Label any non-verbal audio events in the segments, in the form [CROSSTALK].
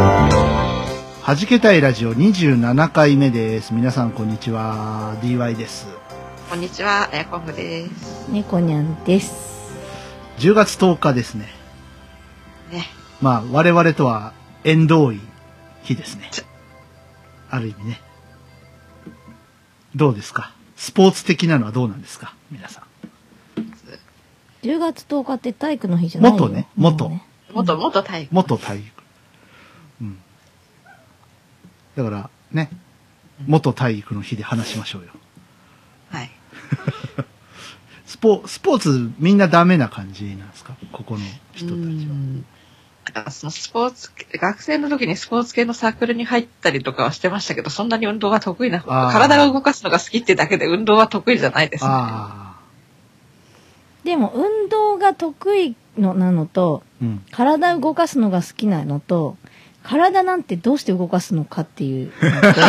はじけたいラジオ27回目です。皆さんこんにちは。DY です。こんにちは、えー、コングです。猫にゃんです。 10月10日ですね。ね、まあ、我々とは縁遠い日ですね。ある意味ね。どうですかスポーツ的なのはどうなんですか皆さん。 10月10日って体育の日じゃないよ元ね元もうね元元体育。元体育。うん。だから、ね。元体育の日で話しましょうよ。はい。スポ、スポーツみんなダメな感じなんですかここの人たちうは。んなんかそのスポーツ、学生の時にスポーツ系のサークルに入ったりとかはしてましたけど、そんなに運動が得意な、あー体を動かすのが好きってだけで運動は得意じゃないですね。あでも運動が得意のなのと、あ。うん。体を動かすのが好きなのと、体なんてどうして動かすのかっていう [LAUGHS] のと。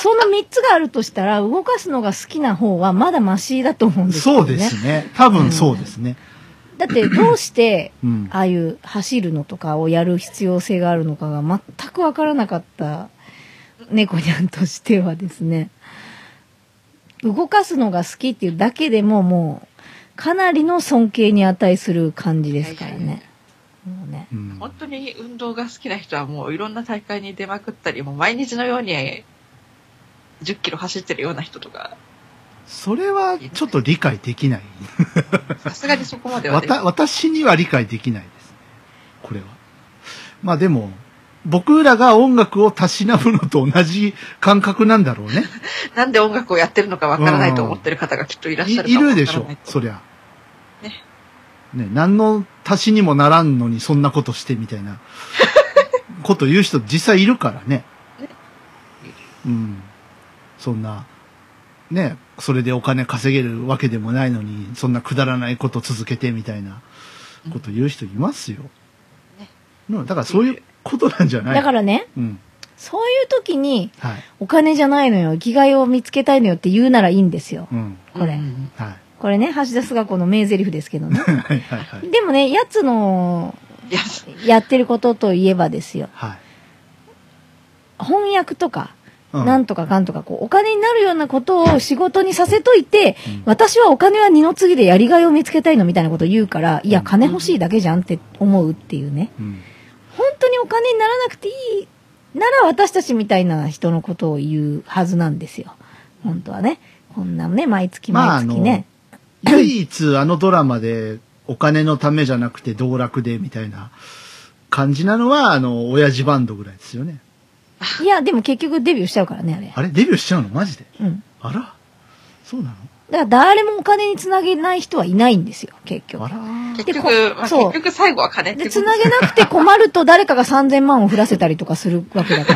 その3つがあるとしたら、動かすのが好きな方はまだマシだと思うんですよね。そうですね。多分そうですね。だってどうして、うん。ああいう走るのとかをやる必要性があるのかが全くわからなかった猫にゃんとしてはですね動かすのが好きっていうだけでももうかなりの尊敬に値する感じですからね。もうねうん本当に運動が好きな人はもういろんな大会に出まくったり、もう毎日のように10キロ走ってるような人と [LAUGHS] か、それはちょっと理解できない。さすがにそこまではわできなたい。私には理解できないですね。これは。まあでも、僕らが音楽をたしなむのと同じ感覚なんだろうね。なんで音楽をやってるのかわからないと思ってる方がきっといらっしゃるいかいもわるでからなしょい、そりゃ。ねね、何の足しにもならんのにそんなことしてみたい [LAUGHS] なこと言う人実際いるからね。うん。そんな、ね、それでお金稼げるわけでもないのに、そんなくだらないこと続けてみたいなこと言う人いますよ。ねね、だからそういうことなんじゃないだからねうん。そういう時にはい。お金じゃないのよ生きがいを見つけたいのよって言うならいいんですようん。これ、うん [LAUGHS] はい。これね橋田壽賀子の名台詞ですけどねはいはいはい。でもねやつのいや、やってることといえばですよはい。翻訳とか、うなんとかかんとか、こう、お金になるようなことを仕事にさせといて、うん私はお金は二の次でやりがいを見つけたいのみたいなことを言うから、いうや、ん金欲しいだけじゃんって思うっていうね。うん。本当にお金にならなくていいなら私たちみたいな人のことを言うはずなんですよ。本当はね。こんなね、毎月まああ毎の月ね。唯一あのドラマでお金のためじゃなくて道楽でみたいな感じなのは、あの、親父バンドぐらいですよね。いや、でも結局デビューしちゃうからね、あれ。あれデビューしちゃうのマジでうん。あらそうなだから誰もお金につなげない人はいないんですよ、結局のあ。ら結で局、こまあ、そう結局最後は金ってで、ことつなげなくて困ると誰かが3000万を降らせたりとかするわけだか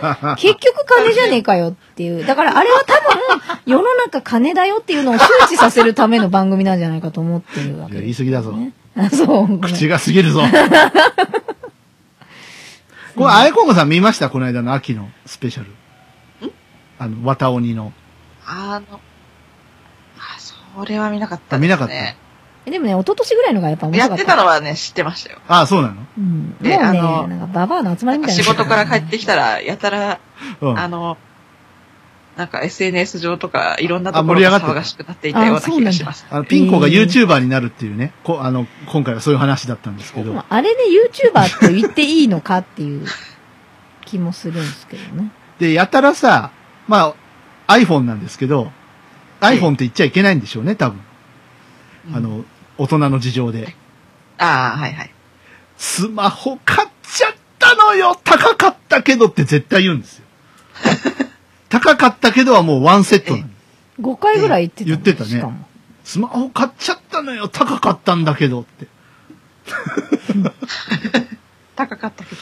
ら、結局金じゃねえかよっていう。だからあれは多分、世の中金だよっていうのを周知させるための番組なんじゃないかと思ってるわいけや、です、言い過ぎだぞ。ね。あ、 [LAUGHS] そう。ごめん口が過ぎるぞ。これ、あやこんごさん見ましたこの間の秋のスペシャル。あの、綿鬼の。あの、あ、それは見なかった、あね。見なかったえでもね、一昨年ぐらいのがやっぱ面白やかっった。てたのはね、知ってましたよ。ああ、そうなのうん。もうでね、あなのんかババアの集まりみたいな。仕事から帰ってきたら、やたら、うん。あの、なんか SNS 上とか、いろんなとこあ盛ろり上ががってた騒がしくなっていたようなあ気そうなんだがします。あのピンコが YouTuber になるっていうね、こあの、今回はそういう話だったんですけど。 [LAUGHS] まああれで YouTuber と言っていいのかっていう気もするんですけどね。で、やたらさ、まあ、iPhone なんですけど、iPhone って言っちゃいけないんでしょうね、多分。あうん、の、大人の事情で。ああ、はいはい。スマホ買っちゃったのよ高かったけどって絶対言うんですよ。高かったけどはもうワンセットなの。 5回ぐらい言ってた言ってたのねしかも。スマホ買っちゃっったのよ高かったんだけどって。高かったけど。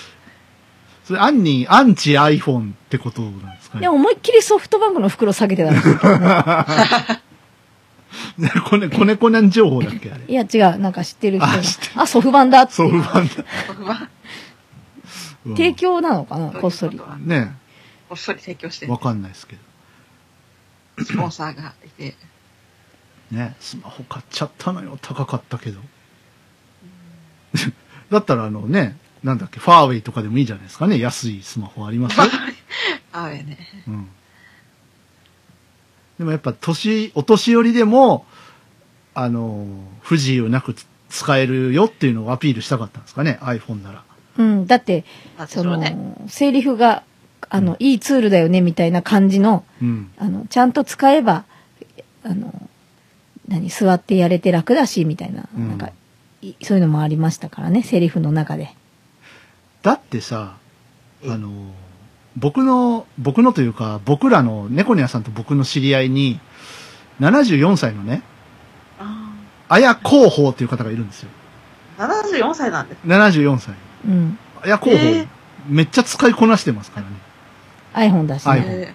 それ、アンに、アンチ iPhone ってことなんですかでね。も思いっきりソフトバンクの袋下げてたんですよこね、こねこねん情報だっけあれ。いや違う、なんか知ってる人があ知って。あ、ソフバンだって。ソフトバンクまあ、うん提供なのかな、こっそりこ。はねこっそり提供してえ、、わかんないですけスポンサーがいて、ど。ねスマホ買っちゃったのよ高かったけど。 [LAUGHS] だったらあのね、なんだっけ、ファーウェイとかでもいいじゃないですかね。安いスマホあり [LAUGHS] ますよ。ああやね。うん。でもやっぱ年、お年寄りでも、あの、不自由なく使えるよっていうのをアピールしたかったんですかね、iPhone なら。うん、だって、まあ、そそののね、、セリフが、あの、いいツールだよね、みたいな感じの、うん。あの、ちゃんと使えば、あの、何、座ってやれて楽だし、みたいな、うんなんか、いそういうのもありましたからね、セリフの中で。だってさ、うんあの、僕の、僕のというか、僕らの、猫ニャさんと僕の知り合いに、74歳のね、あ綾候補という方がいるんですよ。あ74歳なんで、 74歳。うん。綾候補、えーめっちゃ使いこなしてますからね。 iPhone だしはいね。え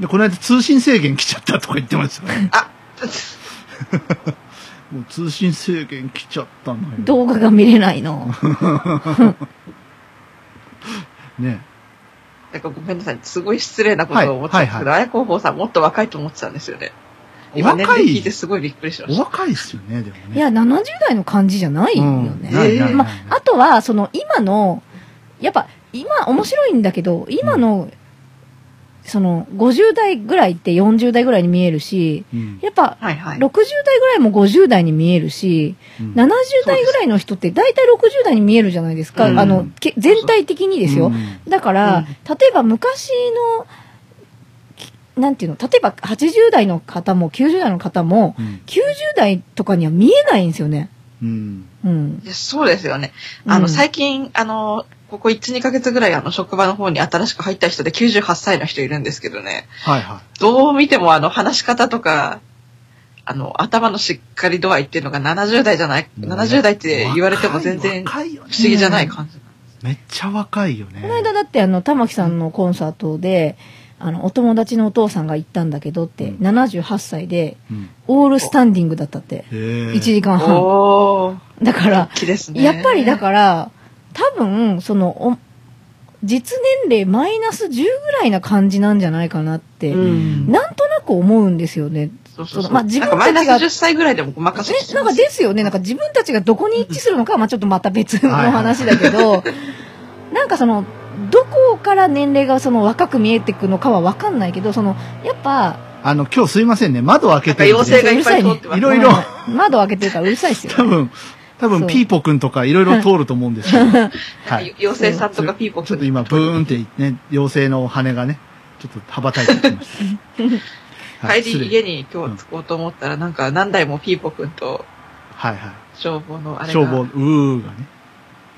で、この間通信制限来ちゃったとか言ってました [LAUGHS] ね。ーもう通信制限来ちゃったのよ。動画が見れないの。ね。なんかごめんなさい、すごい失礼なことを思っちゃうんですけど、はあやこうほうさんもっと若いと思ってたんですよね。お今年若齢聞いいて、すごいびっくりしまおした。若いですよね、でもね。いや、70代の感じじゃないようん、ね。ないないないまあ、あとは、その、今の、やっぱ、今、面白いんだけど、今の、その、50代ぐらいって40代ぐらいに見えるし、うんやっぱ、はいはい。 60代ぐらいも50代に見えるし、うん70代ぐらいの人って大体60代に見えるじゃないですか。うんあの、け全体的にですよ。うんだから、うん例えば昔の、きなんていうの、例えば80代の方も90代の方も、うん90代とかには見えないんですよね。うん。うん。いやそうですよね。あうの、ん最近、あの、ここ1、2ヶ月ぐらい、あの、職場の方に新しく入った人で98歳の人いるんですけどね。はいはどう見ても、あの、話し方とか、あの、頭のしっかり度合いっていうのが70代じゃない、い。 70代って言われても全然不若いよね思議じゃない感じ。めっちゃ若いよね。この間だってあの玉木さんのコンサートであのお友達のお父さんが行ったんだけどって、うん78歳でうん。オールスタンディングだったって、へえ1時間半おー、だから気ですね。やっぱりだから多分そのお実年齢マイナス10ぐらいな感じなんじゃないかなって、うん。なんとなく思うんですよねそうそうそそう。のまあ自自分分たなちがんかマイナス10歳ぐらいでもごまかせえなんかですよねなんか自分たちがどこに一致するのかはまあちょっとまた別の話だけどなんかそのどこから年齢がその若く見えてくのかは分かんないけどそのやっぱあの、今日すいませんね。窓開けてるん妖精で。がいっぱい通ってます。いろいろごめん窓を開けてるからうるさいですよ多分、多そ分うピーポくんとかいろいろ通ると思うんです [LAUGHS] けど。はい。妖精さんとかピーポちょくっとん。今、ブーンってね、妖精の羽がね、ちょっと羽ばたいてきま [LAUGHS] した。はい帰失り礼家に今日着こうと思ったら、なんか何台もピーポくんとはいは消防のあい。れが。消防、うーがね。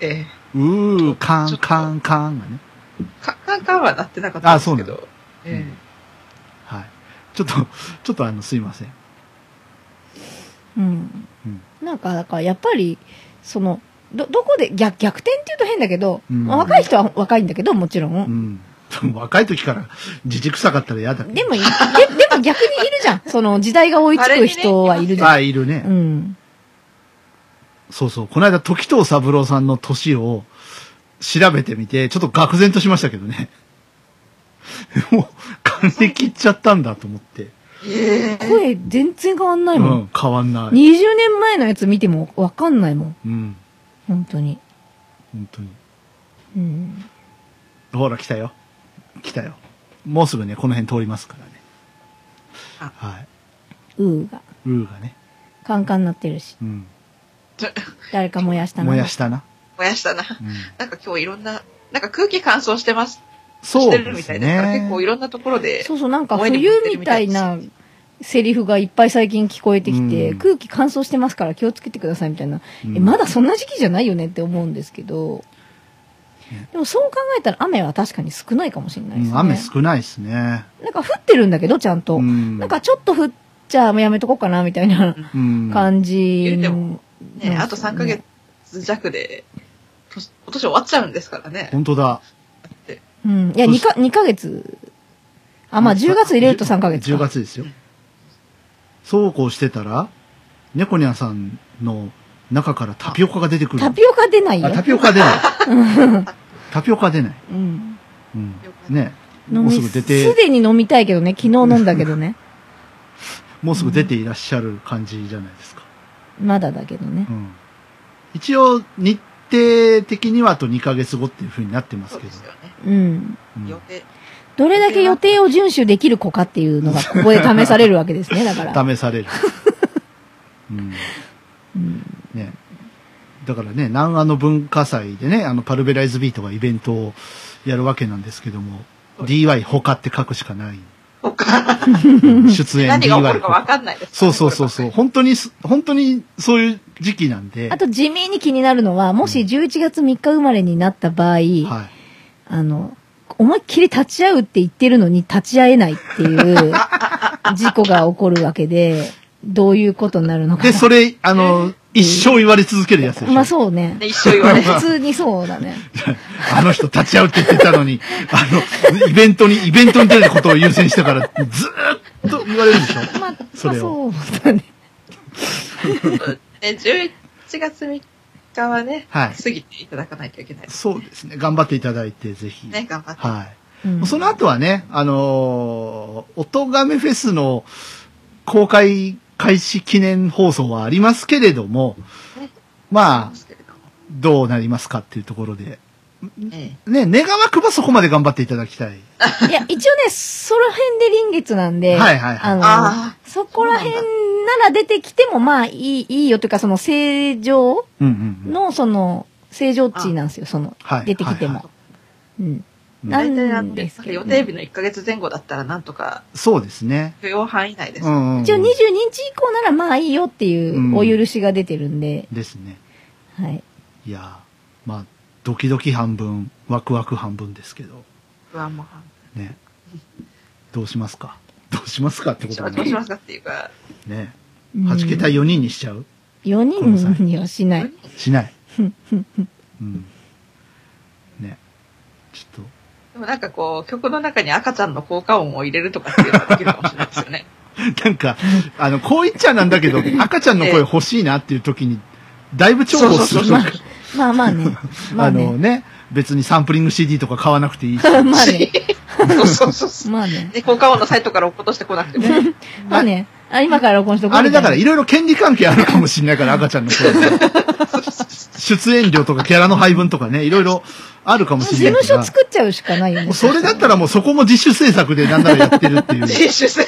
えうえー、カちょンっとカンカンがね。カカンカンは鳴ってなかったんですけあど。うなのえはい。ちょっと、ちょっとあの、すいません。うんうんなんかだからやっぱりそのどどこで逆逆転っていうと変だけど、うんまあ若い人は若いんだけどもちろん、うん。 [LAUGHS] でも若い時から、自軸臭かったら嫌だ。でもいででも逆にいるじゃんその時代が追いつく人はいるじゃん、あ、いるね。うんそうそう。この間、時藤三郎さんの年を調べてみて、ちょっと愕然としましたけどね。 [LAUGHS] もう、金切っちゃったんだと思って。えええ声全然変わんなういもんん、変わんない。 20年前のやつ見てもわかんないもん。うん、本当に。本当に。うん。ほら、来たよ。来たよ。もうすぐね、この辺通りますからね。あはい。うーが。うーがね。カンカンなってるし。うん。ちょ [LAUGHS] 誰か燃やしたな。燃やしたな。燃やしたな。うん、なんか今日いろんな、なんか空気乾燥してます。そしうてるみでたすいですから、ね結。構いろんなところで。そうそう、なんか燃えてる冬みたいなセリフがいっぱい最近聞こえてきて、うん空気乾燥してますから気をつけてくださいみたいな。うんえ、まだそんな時期じゃないよねって思うんですけど。でもそう考えたら雨は確かに少ないかもしれないですうね。ん雨少ないですね。なんか降ってるんだけど、ちゃんと。うんなんかちょっと降っじゃあもうやめとこうかな、みたいなうん。感じ言うてのも。ね、あと3ヶ月弱で、とし今年終わっちゃうんですからね。本当だ。うん。いや、2か、二ヶ月。あ、まあ10月入れると3ヶ月か。 10月ですよ。そうこうしてたら、猫ニャンさんの中からタピオカが出てくる。タピオカ出ないよあ、。タピオカ出ない。 [LAUGHS] タピオカ出ない。うん。うんタピオカ。ね。飲もうみすぐ出すて、でに飲みたいけどね、昨日飲んだけどね。 [LAUGHS] もうすぐ出ていらっしゃる感じじゃないですか。まだだけどねう。ん。一応、日程的にはあと2ヶ月後っていう風になってますそうけどです。よね。うん。うん予定。どれだけ予定を遵守できる子かっていうのがここで試されるわけですね、だ [LAUGHS] か試ら。される。うん。うんね。だからね、南アの文化祭でね、あの、パルベライズビートがイベントをやるわけなんですけども、DY 他って書くしかない。他、 [LAUGHS] うん [LAUGHS] 出演何が起こ DY るか分他。かんないですかそらね、うそうそうそう。こ本当にす、本当にそういう時期なんで。あと地味に気になるのは、もし11月3日生まれになった場合、はい。あの、思いっきり立ち会うって言ってるのに立ち会えないっ [LAUGHS] ていう事故が起こるわけで、どういうことになるのかな。で、それ、あの、一生言われ続けるやつでしょ。まあそうれねば。ね一緒言われ [LAUGHS] る普通にそうだね。あの人立ち会うって言ってたのに、あの、イベントに、イベントに出ることを優先したから、ずーっと言われるでしょ。まあ、まあ [LAUGHS] それそうだね。ね、11月3日はね、はい過ぎていただかないといけないですそうですね。頑張っていただいて、ぜひ。ね。頑張って。はうい。んその後はね、あのー、音亀フェスの公開開始記念放送はありますけれどもね、まあで、すけれどもどうなりますかっていうところで。ええね、願わくばそこまで頑張っていただきたい。いや、一応ね、その辺で臨月なんで、はいはいはいああの、そこら辺なら出てきても、まあいい、いいよというか、その正常うんうんうん。の、その、正常値なんですよ、そのは、い出てきてはいも。うん。うんな大体あんのですけ予ど定ね。日の1ヶ月前後だったらなんとかそうですね。許容範囲内です。うんうんうん一応22日以降ならまあいいよっていうお許しが出てるんで、ですね。はい。いやーまあ、ドキドキ半分、ワクワク半分ですけど、不安も半ね。どうしますかどうしますかってこと分。はどうしね。ますかっていうか、ね。うんはじけた4人にしちゃう4人にはしない。しない。うん。ね。ちょっでもなんかこう、曲の中に赤ちゃんの効果音を入れるとかっていうのができるかもしれないですよ [LAUGHS] ね。と、なんか、あの、こう言っちゃなんだけ [LAUGHS] ど、赤ちゃんの声欲しいなっていう時に、だいぶ重宝する。そうそうそうまあま [LAUGHS] あね。まああのね。ね、別にサンプリング CD とか買わなくていいし。 [LAUGHS] まあね。そうそうそうそう。まあね。で、効果音のサイトから落っことしてこなくても。まあね。あ、今から録音しとこうあれだからみいろいろ権利関係あるかもしれないから、赤ちゃんの声 [LAUGHS] 出演料とかキャラの配分とかね、いろいろあるかもたいなしれない事か務所ら。作っちゃうしかないよね。それだったらもうそこも自主制作でなんならやってるってい自 [LAUGHS] う。主性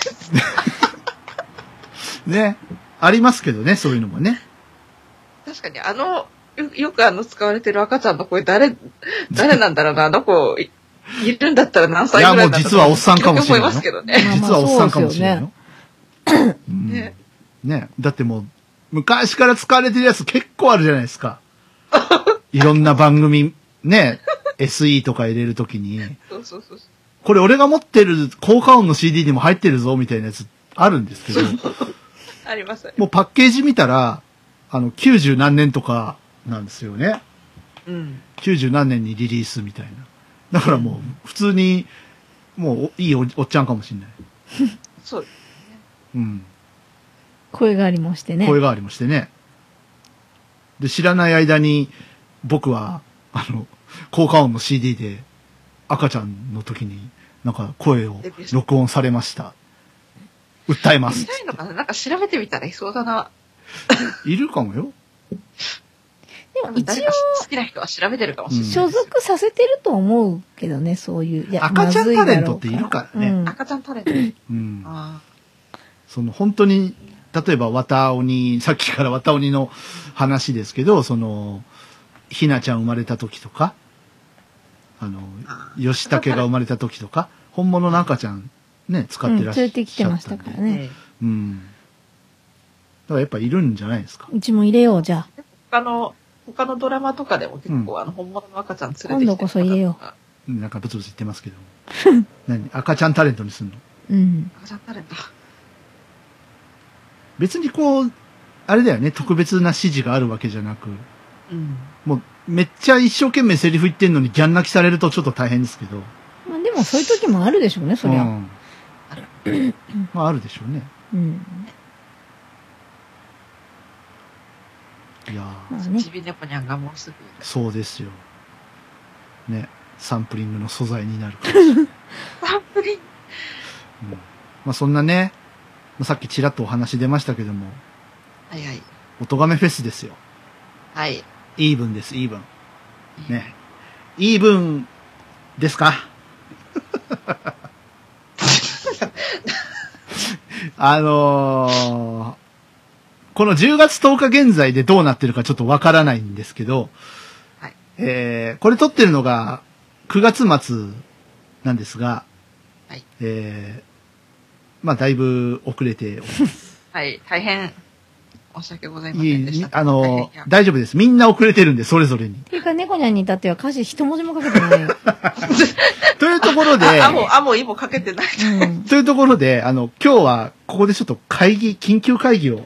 ね。ありますけどね、そういうのもね。確かに、あの、よよくあの使われてる赤ちゃんの声、誰、誰なんだろうな、あの子、いいるんだったら何歳ぐらいなんだろいやもう実はおっさんかもしれないよく思いますけどね。まあまあ実はおっさんかもしれないよ。うんねね。だってもう、昔から使われてるやつ結構あるじゃないです [LAUGHS] か。いろんな番組、ね。SE とか入れるときに。そうそうそう。これ俺が持ってる効果音の CD にも入ってるぞみたいなやつあるんですけど、あります。もうパッケージ見たら、あの、90何年とかなんですよね。うん。 90何年にリリースみたいな。だからもう、普通に、もうお、いいおおっちゃんかもしんない。そう。うん。声がありましてね。声変わりもしてね。で、知らない間に、僕は、あの、効果音の CD で、赤ちゃんの時に、なんか声を録音されました。訴えまいす。ないのかななんか調べてみたらいそうだな。いるかもよ。でも一誰応か、好きな人は調べてるかもしれない。所属させてると思うけどね、そういう。いや赤ちゃんタレントっているまずからだねろう赤ちゃんタレント。うん。あその本当に、例えば、わたおに、さっきからわたおにの話ですけど、その、ひなちゃん生まれた時とか、あの、吉武が生まれた時とか、本物の赤ちゃん、ね、使うん。っうん、て連らっしゃれったんで、てきてましたからあ。ね。ねうん。だからやっぱいるんじゃないですか。うちも入れよう、じゃあ。他の、他のドラマとかでも結構、あの、本物の赤ちゃん連れてきてる今度こそ入れよなんかブツブツ言って [LAUGHS] ますけど。何赤ちゃんタレントにすんのうん。赤ちゃんタレント。別にこう、あれだよね、特別な指示があるわけじゃなく、うん。もう、めっちゃ一生懸命セリフ言ってんのにギャン泣きされるとちょっと大変ですけど。まあでもそういう時もあるでしょうね、そりうゃ。ん、まあ、あるでしょうね。うん。いやーまあねち。びねこにゃんがもうすぐ。そうですよ。ね、サンプリングの素材になるかもしれない。サンプリうンんまあそんなね、まあさっきちらっとお話出ましたけども、はいはい。おとがめフェスですよ。はい。イーブンです、イーブン。ね。イーブンです [LAUGHS] かあのーこの10月10日現在でどうなってるかちょっとわからないんですけど、はいえーこれ撮ってるのが9月末なんですが、はいえーまあだいぶ遅れ [LAUGHS] ておりますはい。大変、申し訳ございまいせえんいでえしみた。あ大の変いやー、大丈夫です。みんな遅れてるんで、それぞれに。っていうか、猫ニャンに至っては歌詞一文字も書けて [LAUGHS] ない。うというところで、 [LAUGHS] あ、あも、あも、いもかけてない。ん。というところで、あの、今日は、ここでちょっと会議、緊急会議を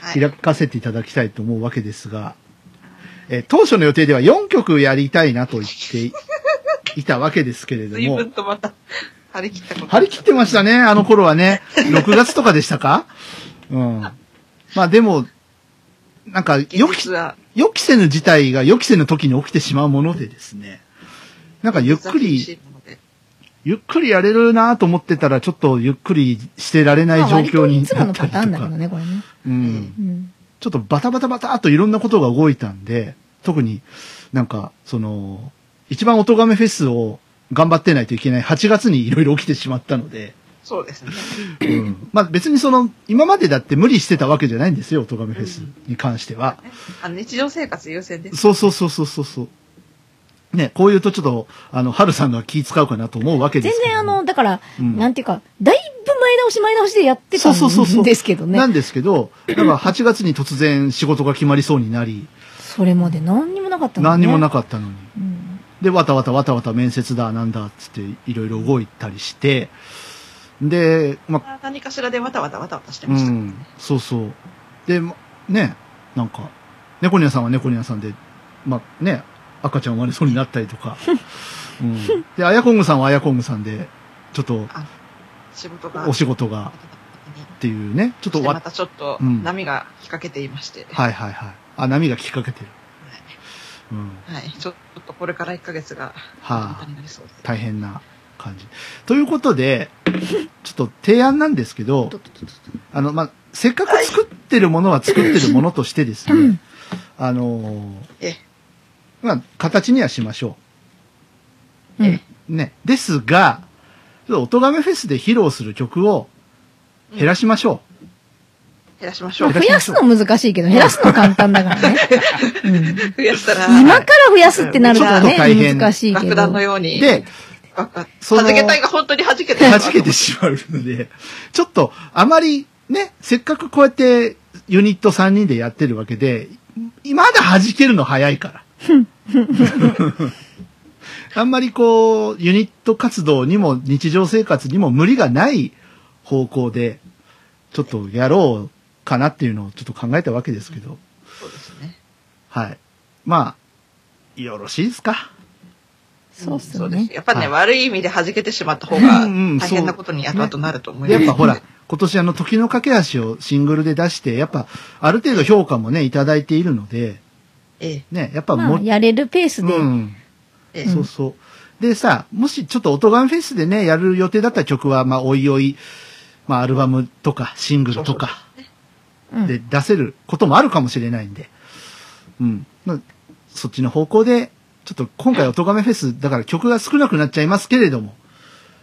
はい。開かせていただきたいと思うわけですが、えー当初の予定では4曲やりたいなと言っていいたわけですけれど随も分、とまた、張り切ったこと。張り切ってましたね、あの頃はね。6月とかでしたかうん。まあでも、なんか、現予期実、は、予期せぬ事態が予期せぬ時に起きてしまうものでですね、なんかゆっくり、寂しいもので。ゆっくりやれるなと思ってたら、ちょっとゆっくりしてられないまあ状割況とにいつもなっのたパりターンとだけかど、ね、これね。うん、うん。ちょっとバタバタバタっといろんなことが動いたんで、特になんか、その、一番おとがめフェスを頑張ってないといけない8月にいろいろ起きてしまったので、そうですね。うん、まあ別にその、今までだって無理してたわけじゃないんですよ、おとがめフェスに関しては。あの日常生活優先です。そうそうそうそうそうそう。ね、こういうとちょっと、あの、春さんが気使うかなと思うわけで全すけど。然あの、だから、うんなんていうか、だいぶ前倒し前倒しでやってたそうそうそうそうんですけどね。なんですけど、だから8月に突然仕事が決まりそうになり、それまで何にもなかったの何にもなかかったのに。った。うん。で、わたわたわたわた面接だ、なんだ、つっていろいろ動いたりして、で、ま、何かしらでわたわたわたわたしてうました。ん、そうそう。で、まね、なんか、猫ニャさんは猫ニャさんで、ま、ね、赤ちゃん生まれそうになったりとか、うん。で、アヤコングさんはアヤコングさんで、ちょっと仕事が。お仕事がっていうね、ちょっとそしてまわ、たちょっとうん波が引っ掛けていまして、はいはいはい。あ、波がきっかけてる。うん。はい、ちょっとこれから1ヶ月がはあになりそうです。大変な感じ。ということで、ちょっと提案なんですけど、あの、まあ、せっかく作ってるものは作ってるものとしてですね、あのーええまあ、形にはしましょうん。う。ね。ですが、ちょっとおとがめフェスで披露する曲を減らしましょ減らしましまょあう。増やすの難しいけど、減らすの簡単 [LAUGHS] だからね。うん。増やしたら、今から増やすってなるとちょっと大ね、変難しいけ爆ど。弾のようう。に、で、爆弾その弾けたいが本当に弾けて弾けてしまうので、ちょっとあまりね、せっかくこうやってユニット3人でやってるわけで、まだ弾けるの早いから。あんまりこう、ユニット活動にも日常生活にも無理がない方向で、ちょっとやろうかなっていうのをちょっと考えたわけですけど、そうですね。はい。まあ、よろしいですかそうっすそようです。ね。やっぱね、はい悪い意味で弾けてしまった方がうんうん大変なことに後々なると思いでまやす。っぱほら、今年あの、時の駆け足をシングルで出して、やっぱ、ある程度評価もね、いただいているので、ええ、ね、やっぱもまあ、う、やれるペースで。うん、ええ、そうそう。でさ、もしちょっと音ガンフェスでね、やる予定だった曲は、まあ、おいおい、まあ、アルバムとか、シングルとか、うんで出せることもあるかもしれないんで、うん。まあそっちの方向で、ちょっと今回音ガメフェス、だから曲が少なくなっちゃいますけれども、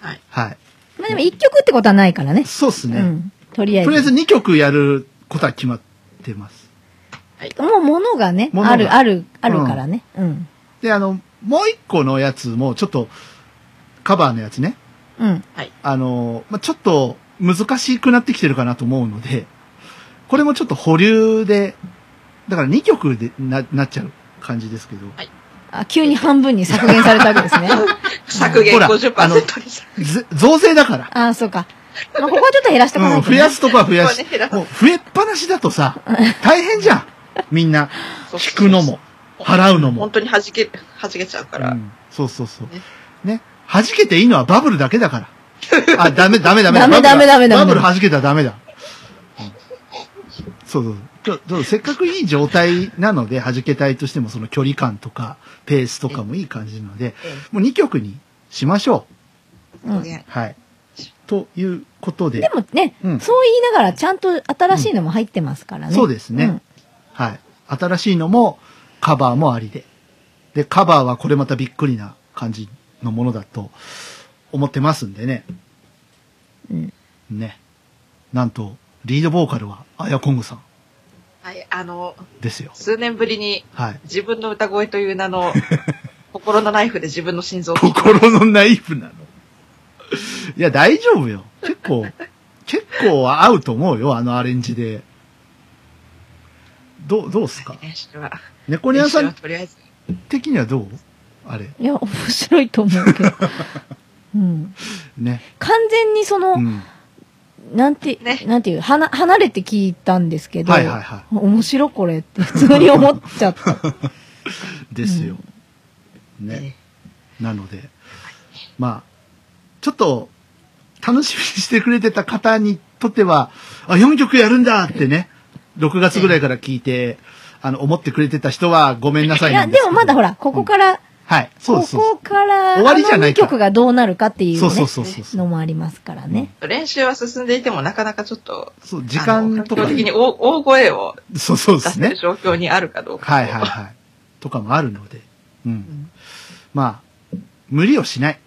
はい。はい。まあでも一曲ってことはないからね。そうっすね。うん。とりあえず。とりあえず2曲やることは決まってます。もう物がね、物がある、ある、あるからね。うん。で、あの、もう1個のやつも、ちょっと、カバーのやつね。うん。あの、まあ、ちょっと難しくなってきてるかなと思うので、これもちょっと保留で、だから2曲でななっちゃう感じですけど、あ、急に半分 [LAUGHS] に削減されたわけですね。削減ほら50%にあのさぜ増税だから。ああ、そうか。まあ、ここはちょっと減らしておかなういん、と、増やすとこは増やし [LAUGHS] ここはね減ら、すもう増えっぱなしだとさ、大変じゃん。みんな、そう引くのも、払うのも本。当に弾け、弾けちゃうから。うんそうそうそうね。ね。弾けていいのはバブルだけだ [LAUGHS] から。あ、ダメ、ダメ、ダメ。ダメバブルダメダメダバメブル弾けたらダメだ。うんそうそうちょ。ちょせっかくいい状態なので、弾けたいとしても、その距離感とか、ペースとかもいい感じなので、もう2曲にしましょうんねでう。はい。ということで、もね、うんそう言いながらちゃんと新しいのも入ってますからね。そうですねんはい。新しいのも、カバーもありで。で、カバーはこれまたびっくりな感じのものだと思ってますんでね。うんね。なんと、リードボーカルは、アヤコングさんはい、あの、ですよ。数年ぶりにはい。自分の歌声という [LAUGHS] 名の、心のナイフで自分の心臓を聞いて心のナイフなの。 [LAUGHS] いや、大丈夫よ。結構、結構合うと思うよ、あのアレンジで。どう、どうっす [LAUGHS] か練習は。猫ニャンさ練習はんとりあえず。的にはどうあれ。いや、面白いと思う [LAUGHS] けど。うん。ね。完全にその、うん。なんて、ねなんていう、はな、離れて聞いたんですけど、はいはいはい面白これって普通に思っち [LAUGHS] ゃった。ですよ。ね。ねなので、まあ、ちょっと、楽しみにしてくれてた方にとっては、あ、4曲やるんだってね、6月ぐらいから聞いて、あの、思ってくれてた人はごめんなさいいなや、んでですけもどまだほら、ここから、はい、そうこそうこから、終わりじゃないあの2曲がどうなるかっていう、ね、そうそうそうそうそうのもありますからね。練習は進んでいてもなかなかちょっと、そう、時間とあのか環境、的に大大声をそうそうで出すせねる。状況にあるかどうか。はいはいはい。とかもあるので、うん。んまあ、無理をしない。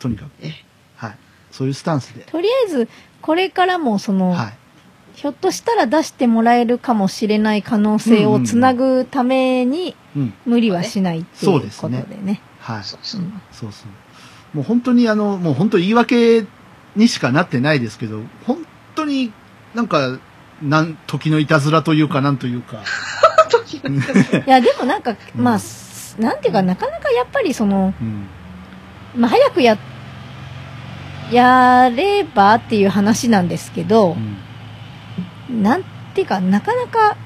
とにかくね。はい。そういうスタンスで。とりあえず、これからもその、はい。ひょっとしたら出してもらえるかもしれない可能性をつなぐために、うん。無理はしないっていうことそうでね。はい。そううそうんそうそう。もう本当にあの、もう本当言い訳にしかなってないですけど、本当になんか、なん、時のいたずらというかなんというか、時 [LAUGHS] 々いや、でもなんか、うんまあ、すなんていうかなかなかやっぱりその、うん。まあ、早くや、やればっていう話なんですけどう、んなんていうか、なかなか、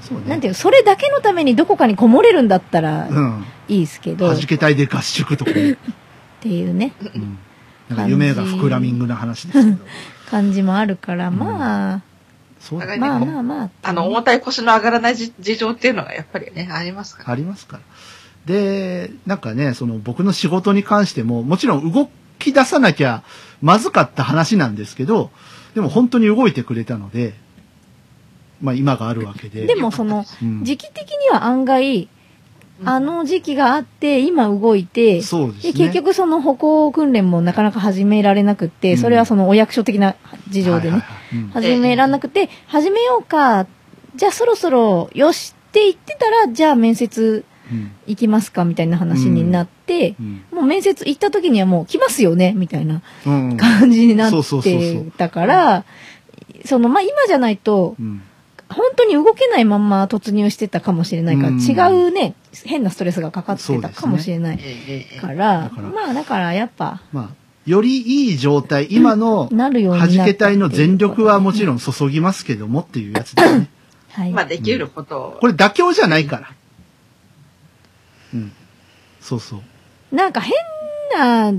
そうね。なんていうかそれだけのためにどこかにこもれるんだったらうん。いいですけど、はっじけたいで合宿とかね、ていうね、 [LAUGHS] うん。なんか夢が膨らみんぐな話ですけど。感じもあるから、んまそうあ、だ互いね。まあねまあまあ。あの、重たい腰の上がらないじ事情っていうのがやっぱりね、ありますから。ありますから。で、なんかね、その僕の仕事に関しても、もちろん動き出さなきゃまずかった話なんですけど、でも本当に動いてくれたので、まあ今があるわけで。でもその、うん、時期的には案外、うんあの時期があって、今動いて、そうですね。で結局その歩行訓練もなかなか始められなくって、うんそれはそのお役所的な事情でね、はいはいはいうんい始められなくて、始めようか、じゃあそろそろよしって言ってたら、じゃあ面接うん行きますかみたいな話になって、うんもう面接行った時にはもう来ますよねみたいなうんうん感じになっそうそうそうそうてたから、そのまあ今じゃないと、うん本当に動けないまんま突入してたかもしれないから、うん違うね、変なストレスがかかってたかもしれないええええかえら、だからまあだからやっぱ、まあ、よりいい状態、今の、なるようになはったっていじうけ隊の全力はもちろん注ぎますけどもっていうやつですね。はえい。まあ、できることを。これ妥協じゃないから。うん。そうそう。なんか変な、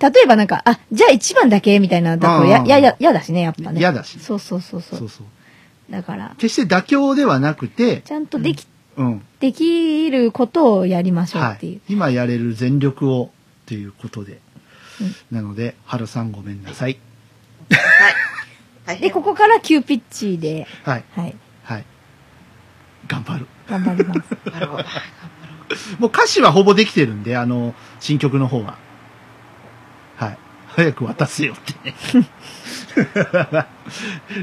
例えばなんか、あ、じゃあ一番だけみたいなのだと、うや、んや、や、やだしね、やっぱね。嫌だし。そうそうそうそそうう。そう。だから、決して妥協ではなくて、ちゃんとでき、うん。できることをやりましょうはっていうい。。今やれる全力をということでうん。なので、春さんごめんなさい。はい。大変で、ここから急ピッチで、はい。はい、はい。頑張る。頑張ります。 [LAUGHS] なるほどもう歌詞はほぼできてるんで、あの、新曲の方は。はい。早く渡せよって [LAUGHS] ね。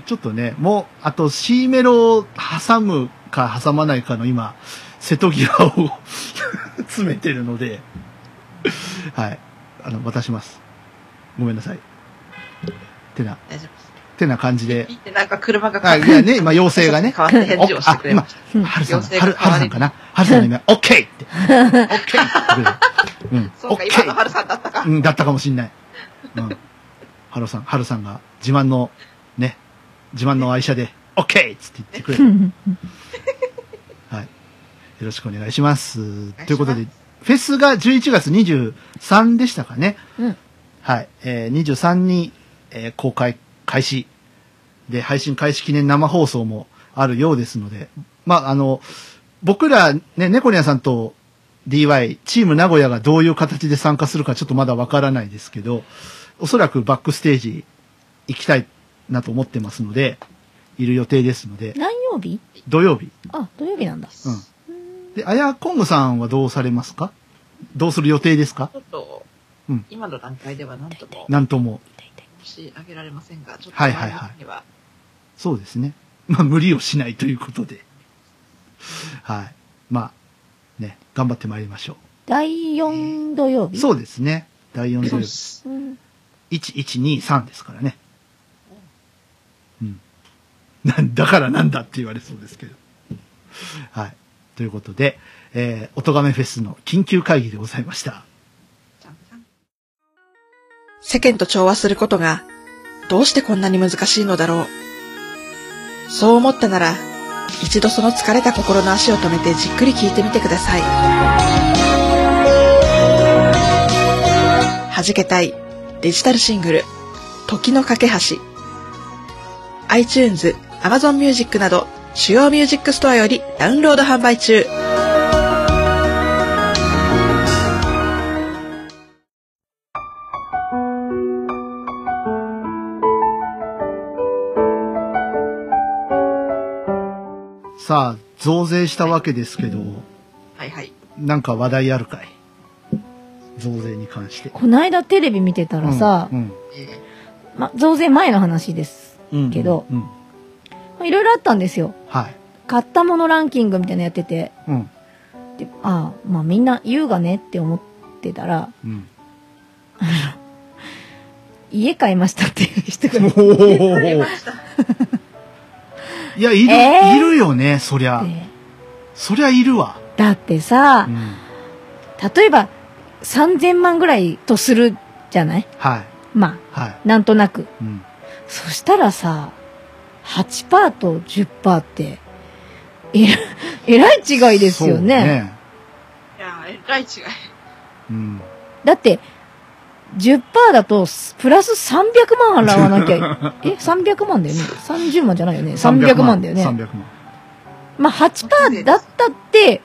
ちょっとね、もう、あと C メロを挟むか挟まないかの今、瀬戸際を [LAUGHS] 詰めてるので、はい。あの、渡します。ごめんなさい。てな、大丈夫です。てな感じでピ。ッてなんか車があ、いやね、今、妖精がね。変わって返事をしてくれました。おあ今、春さん、妖精が春、春代わさりんにかな。春さんの夢、オッケーっ [LAUGHS] て。オッケーって言ってくれる。うん。そうか、今の春さんだったか。うん、だったかもしんない。うん。ハロさん、ハルさんが自慢の、ね、自慢の愛車で、オッケーっつって言ってくれうる。んはい。よろしくお願いします。ますということで、フェスが11月23でしたかね。うんはい。えー23に、えー公開開始。で、配信開始記念生放送もあるようですので、まあ、あの、僕ら、ね、猫ニャンさんと DY、チーム名古屋がどういう形で参加するかちょっとまだわからないですけど、おそらくバックステージ行きたいなと思ってますので、いる予定ですので、何曜日土曜日。あ、土曜日なんだ。うん。で、あやこんぐさんはどうされますかどうする予定ですかちょっと、うん今の段階では何ともなんとも。申し上げられませんが、ちょっとはいはいはい前にはそうですね。まあ、無理をしないということで。はい。まあ、ね、頑張ってまいりましょ第4土曜う。日。そううですね。第4土曜日。うん、 1123ですからね。うん。なんだからなんだって言われそうですけど。はい。ということで、えー、おとがめフェスの緊急会議でございました。世間と調和することがどうしてこんなに難しいのだろう。そう思ったなら、一度その疲れた心の足を止めてじっくり聞いてみてください。弾けたいデジタルシングル「時の架け橋」iTunes、Amazon Music など主要ミュージックストアよりダウンロード販売中さあ、増税したわけですけど、はいはいなんか話題あるかい増税に関して。こないだテレビ見てたらさ、うんえま、増税前の話です。うんけどうんうんまいろいろあったんですよ。はい。買ったものランキングみたいなのやってて、うん。でああ、まあみんな優雅ねって思ってたら、うん。家買いましたっていう人おがいて、ー [LAUGHS] いや、いる、えーいるよね、そりゃ。そりゃいるわ。だってさ、うん。例えば3000万ぐらいとするじゃないはい。まはい。あ、なんとなく。うん。そしたらさ、8%と10%って、えら、 [LAUGHS] えらい違いですよそうね。いやえ [LAUGHS] らい違いうん。だって、10%だと、プラス300万払わなきゃ、え、300万だよね。30万じゃないよね。300万だよね。 300万。まあ、8%だったって、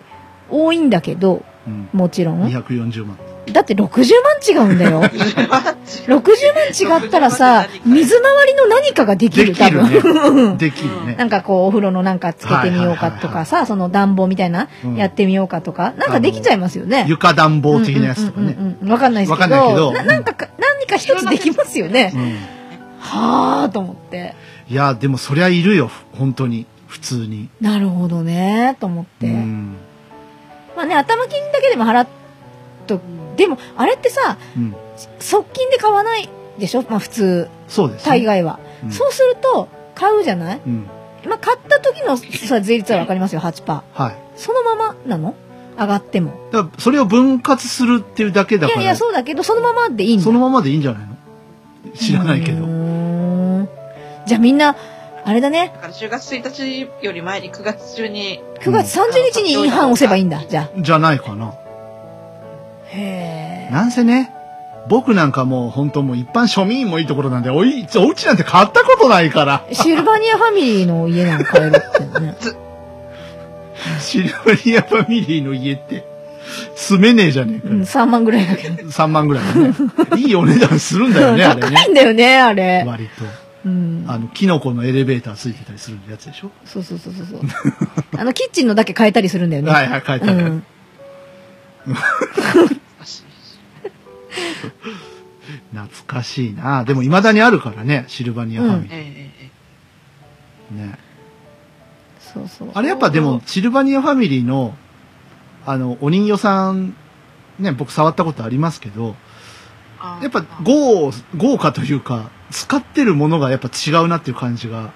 多いんだけど、うん。もちろん。 240万。だって60万違う [LAUGHS] んだよ。60万違ったらさ、水回りの何かができでる、き多る分。ね。 [LAUGHS] できる [LAUGHS] ねな。んかこう、お風呂のなんかつけてみようかとかさ、その暖房みたいな、うんやってみようかとか、なんかできちゃいますよね。床暖房的なやつとかうんうね。んうんうんわかんないですけわかんないけどど、ななんかか、何か一つできますよねう。ん。はぁーと思って。いや、でもそりゃいるよ、本当に。普通に。なるほどね、と思って。うん。まあね、頭金だけでも払っと、でも、あれってさ、うん。側金で買わないでしょまあ普通、そうですね。大概は。うんそうすると、買うじゃないうん。まあ買った時のさ、税率はわかりますよ、8%。はい。そのままなの上がっても。だからそれを分割するっていうだけだいかやらいや、そうだけど、そのままでいいんだそのままでいいんじゃないの知らないけうーどんじゃあみんな、あれだね、だから10月1日より前に9月中に9月30日に違反押せばいいんだ、じゃじゃないかなあ。へえ。なんせね僕なんかもう本当もう一般庶民もいいところなんでおいお家なんて買ったことないから [LAUGHS] シルバニアファミリーの家なの買えるってね。シルバニアファミリーの家って住めねえじゃねえうん、か、 3万ぐらいだけど。 3万ぐらいだ [LAUGHS] ねいいお値段するんだよねあれ高いねんだよね、あれ。割とうん。あのキノコのエレベーターついてたりするやつでしょそうそうそうそうそう。 [LAUGHS] あの、キッチンのだけ変えたりするんだよね。はいはい書いてうある、ん。懐かしいなでも未だにあるからねシルバニアファミリー、ええねそうそう。あれやっぱでも、シルバニアファミリーの、あの、お人形さん、ね、僕触ったことありますけど、やっぱ豪、豪華というか、使ってるものがやっぱ違うなっていう感じが、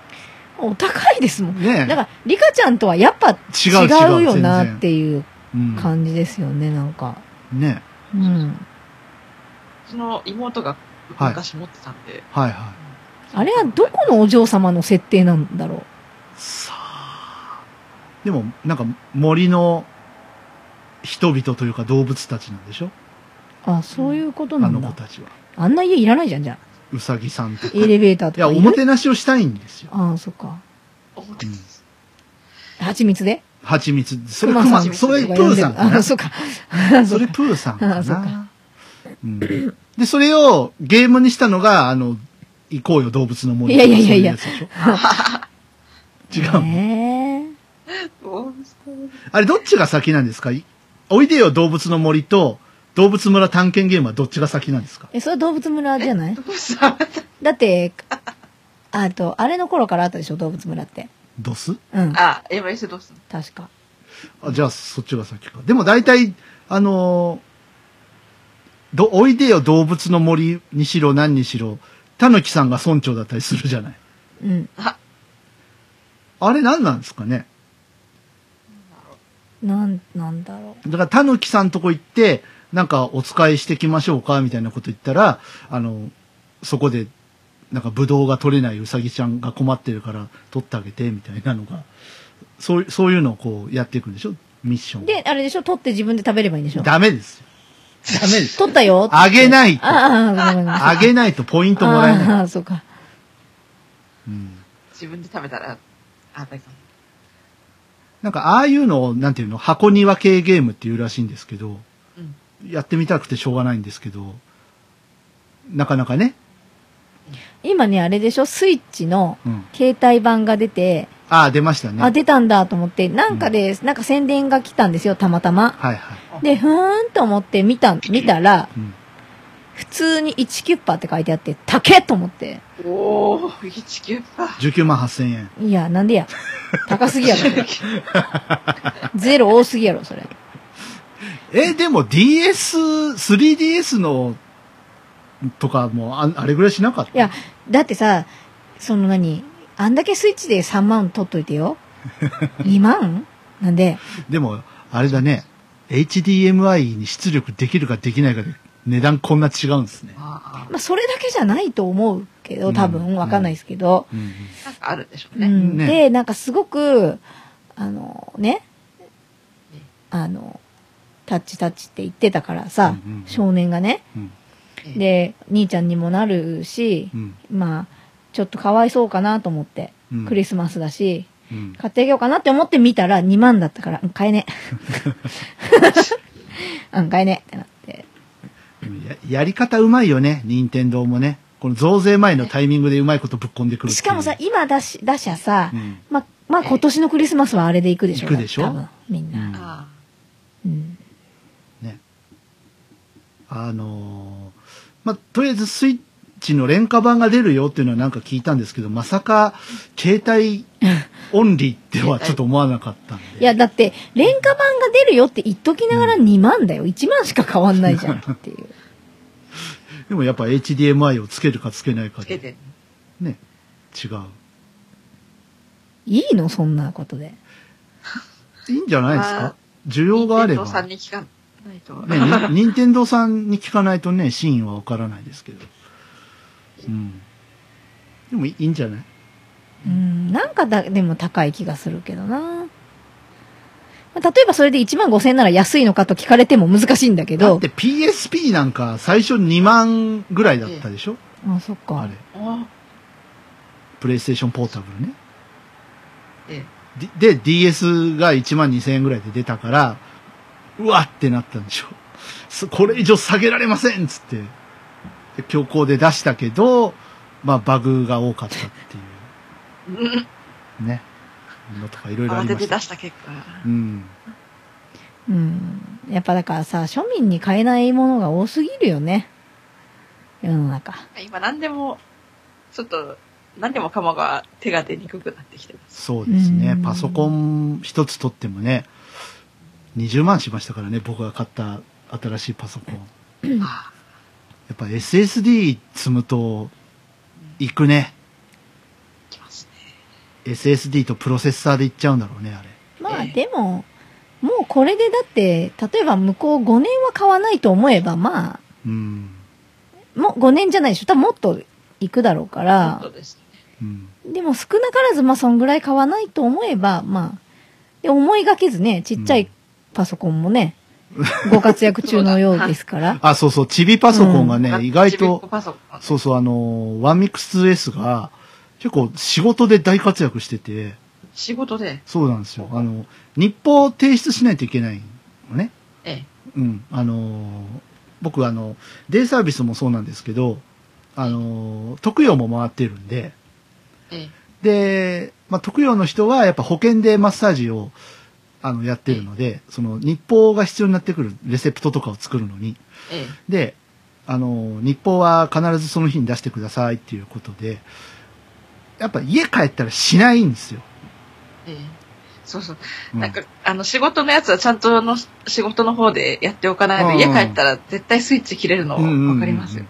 お高いですもん。ねだから、リカちゃんとはやっぱ違う違う違うよなっていううん。感じですよね、なんか。ね。うん。うちの妹がはい昔持ってたんで。はいはあれはどこのお嬢様の設定なんだろうい。さあ。でも、なんか森の人々というか動物たちなんでしょあ、そういうことなあんのだ。子あたちは。んな家いらないじゃん、じゃあ。うさぎさんとか。エレベーターといかや、るおもてなしをしたいんですよ。ああ、そっか。思ってます蜂蜜で蜂蜜。それ熊熊ささん。んそれプーさんかあなあ、。 [LAUGHS] そっか。 [LAUGHS] それプーさんか [LAUGHS] あそうな。うん、で、それをゲームにしたのが、あの、行こうよ動物の森いやいやいやいやそううつ [LAUGHS] でしょ違うの、ねえどうしてあれどっちが先なんですかいおいでよ動物の森と動物村探検ゲームはどっちが先なんですかえ、それは動物村じゃないどうしただって、あと、あれの頃からあったでしょ、動物村って。ドスうん、あ、MS どうすんの確か。あじゃあそっちが先か。でも大体、あのーど、おいでよ動物の森にしろ何にしろ、たぬきさんが村長だったりするじゃない。うん。あれ何なんですかねなん、なんだろだから、たぬきさんとこ行って、なんか、お使いしてきましょうか、みたいなこと言ったら、あの、そこで、なんか、ぶどうが取れないうさぎちゃんが困ってるから、取ってあげて、みたいなのが、そういう、そういうのをこう、やっていくんでしょミッショう。ン。で、あれでしょ、取って自分で食べればいいんでしょ。ダメですよ。ダメです。取ったよってあげないと、ああ、ごめんごめん。あげないとポイントもらえあない。あ、そうか。うん。自分で食べたら、あ、大丈なんか、ああいうのを、なんていうの、箱庭系ゲームっていうらしいんですけど、夫。うん。やってみたくてしょうがないんですけど、なかなかね、今ね、あれでしょ、スイッチのうん。携帯版が出て、ああ、出ましたね。あ、出たんだと思って、なんかで、なんか宣伝が来たんですよ、たまたま。はいはい。で、ふーんと思って見た、見たら、うん普通に1キュッパーって書いてあって、高えと思って。おー、1キュッパ [LAUGHS] ー。 19万8000円。いや、なんでや。高すぎや [LAUGHS] ろ。ゼロ多すぎやろ、それ。え、でも DS、3DS の、とかもあ、あれぐらいしなかったいや、だってさ、その何あんだけスイッチで3万取っとい [LAUGHS] てよ。2万なんで、でも、あれだね。HDMI に出力できるかできないかで、値段こんな違うんですね。あまあ、それだけじゃないと思うけうど、ん多分、わかんないですけど。うんうんーなんかあるんでしょううね。んねで、なんかすごく、あのね、あの、タッチタッチって言ってたからさ、うんうんうん少年がね。うんええ、で、兄ちゃんにもなるしう、んまあ、ちょっとかわいそうかなと思って、うんクリスマスだし、うん買ってあげようかなって思って見たら2万だったから、うん買 [LAUGHS] えねえ。うん、買えねえってなって。ややり方うまいよね、任天堂もね。この増税前のタイミングでうまいことぶっ込んでくるっていうしかもさ、、今出し、出しゃさ、うんま、まあ、今年のクリスマスはあれで行くでしょ。行くでしょ多分、みんうんな。あうん。ね。あのーまあ、とりあえずスイッチの廉価版が出るよっていうのはなんか聞いたんですけど、まさか携帯オンリーってはちょっと思わなかったんで。いや、だって、廉価版が出るよって言っときながら2万だよ。1万しか変わんないじゃんっていう。でもやっぱ HDMI をつけるかつけないかーつけで、てんのね、違う。いいのそんなことで。いいんじゃないですまあか需要があれば。任天堂さんね、に聞かないと。に任天堂さんに聞かないとね、真意はわからないですけど。うん。でもいいいいんじゃないうん、なんかだ、でも高い気がするけどな。まあ例えばそれで1万5千なら安いのかと聞かれても難しいんだけだどっ。て PSP なんか最初2万ぐらいだったでしょ、あ、そっあかれ。。おープレイステーションポータブルね。えで、で DS が1万2000円ぐらいで出たから、うわってなったんでしょ。そこれ以上下げられませんっつって、で強行で出したけど、まあバグが多かったっていえうんうね、のとかいろいろあ慌りましててた出。した結果。うん。うん。やっぱだからさ、庶民に買えないものが多すぎるよね。世の中。今何でも、ちょっと、何でもかもが手が出にくくなってきてます。そうですねう。んパソコン一つ取ってもね、20万しましたからね、僕が買った新しいパソコン。やあっぱ SSD 積むと、いくね。ーきますね。 SSD とプロセッサーでいっちゃうんだろうね、あれ。まあええでも、もうこれでだって、例えば向こう5年は買わないと思えば、まあ、うん。もう5年じゃないでしょ。多分もっと行くだろうかそらう、ですうん。でも少なからずまあそんぐらい買わないと思えば、まあ、で、思いがけずね、ちっちゃいパソコン [LAUGHS] もね、ご活躍中のようですから。あ、そうそう、ちびパソコンがね、ね。意外、ちびっことパソコンそうそう、あの、ワンミックス 2S が、結構仕事で大活躍してて、仕事で、そうなんですよ。あの、日報を提出しないといけないのね。ええ、うん。あの、僕、あの、デイサービスもそうなんですけど、あの、特養も回ってるんで、ええ、で、まあ、特養の人はやっぱ保険でマッサージをあのやってるので、その日報が必要になってくるレセプトとかを作るのに。ええ、で、あの、日報は必ずその日に出してくださいっていうことで、やっぱ家帰ったらしないんですよ。ええ。そうそう。うんなんか、あの、仕事のやつはちゃんとの、仕事の方でやっておかないと、うんうん家帰ったら絶対スイッチ切れるのうんうんうんうん分かりますよ。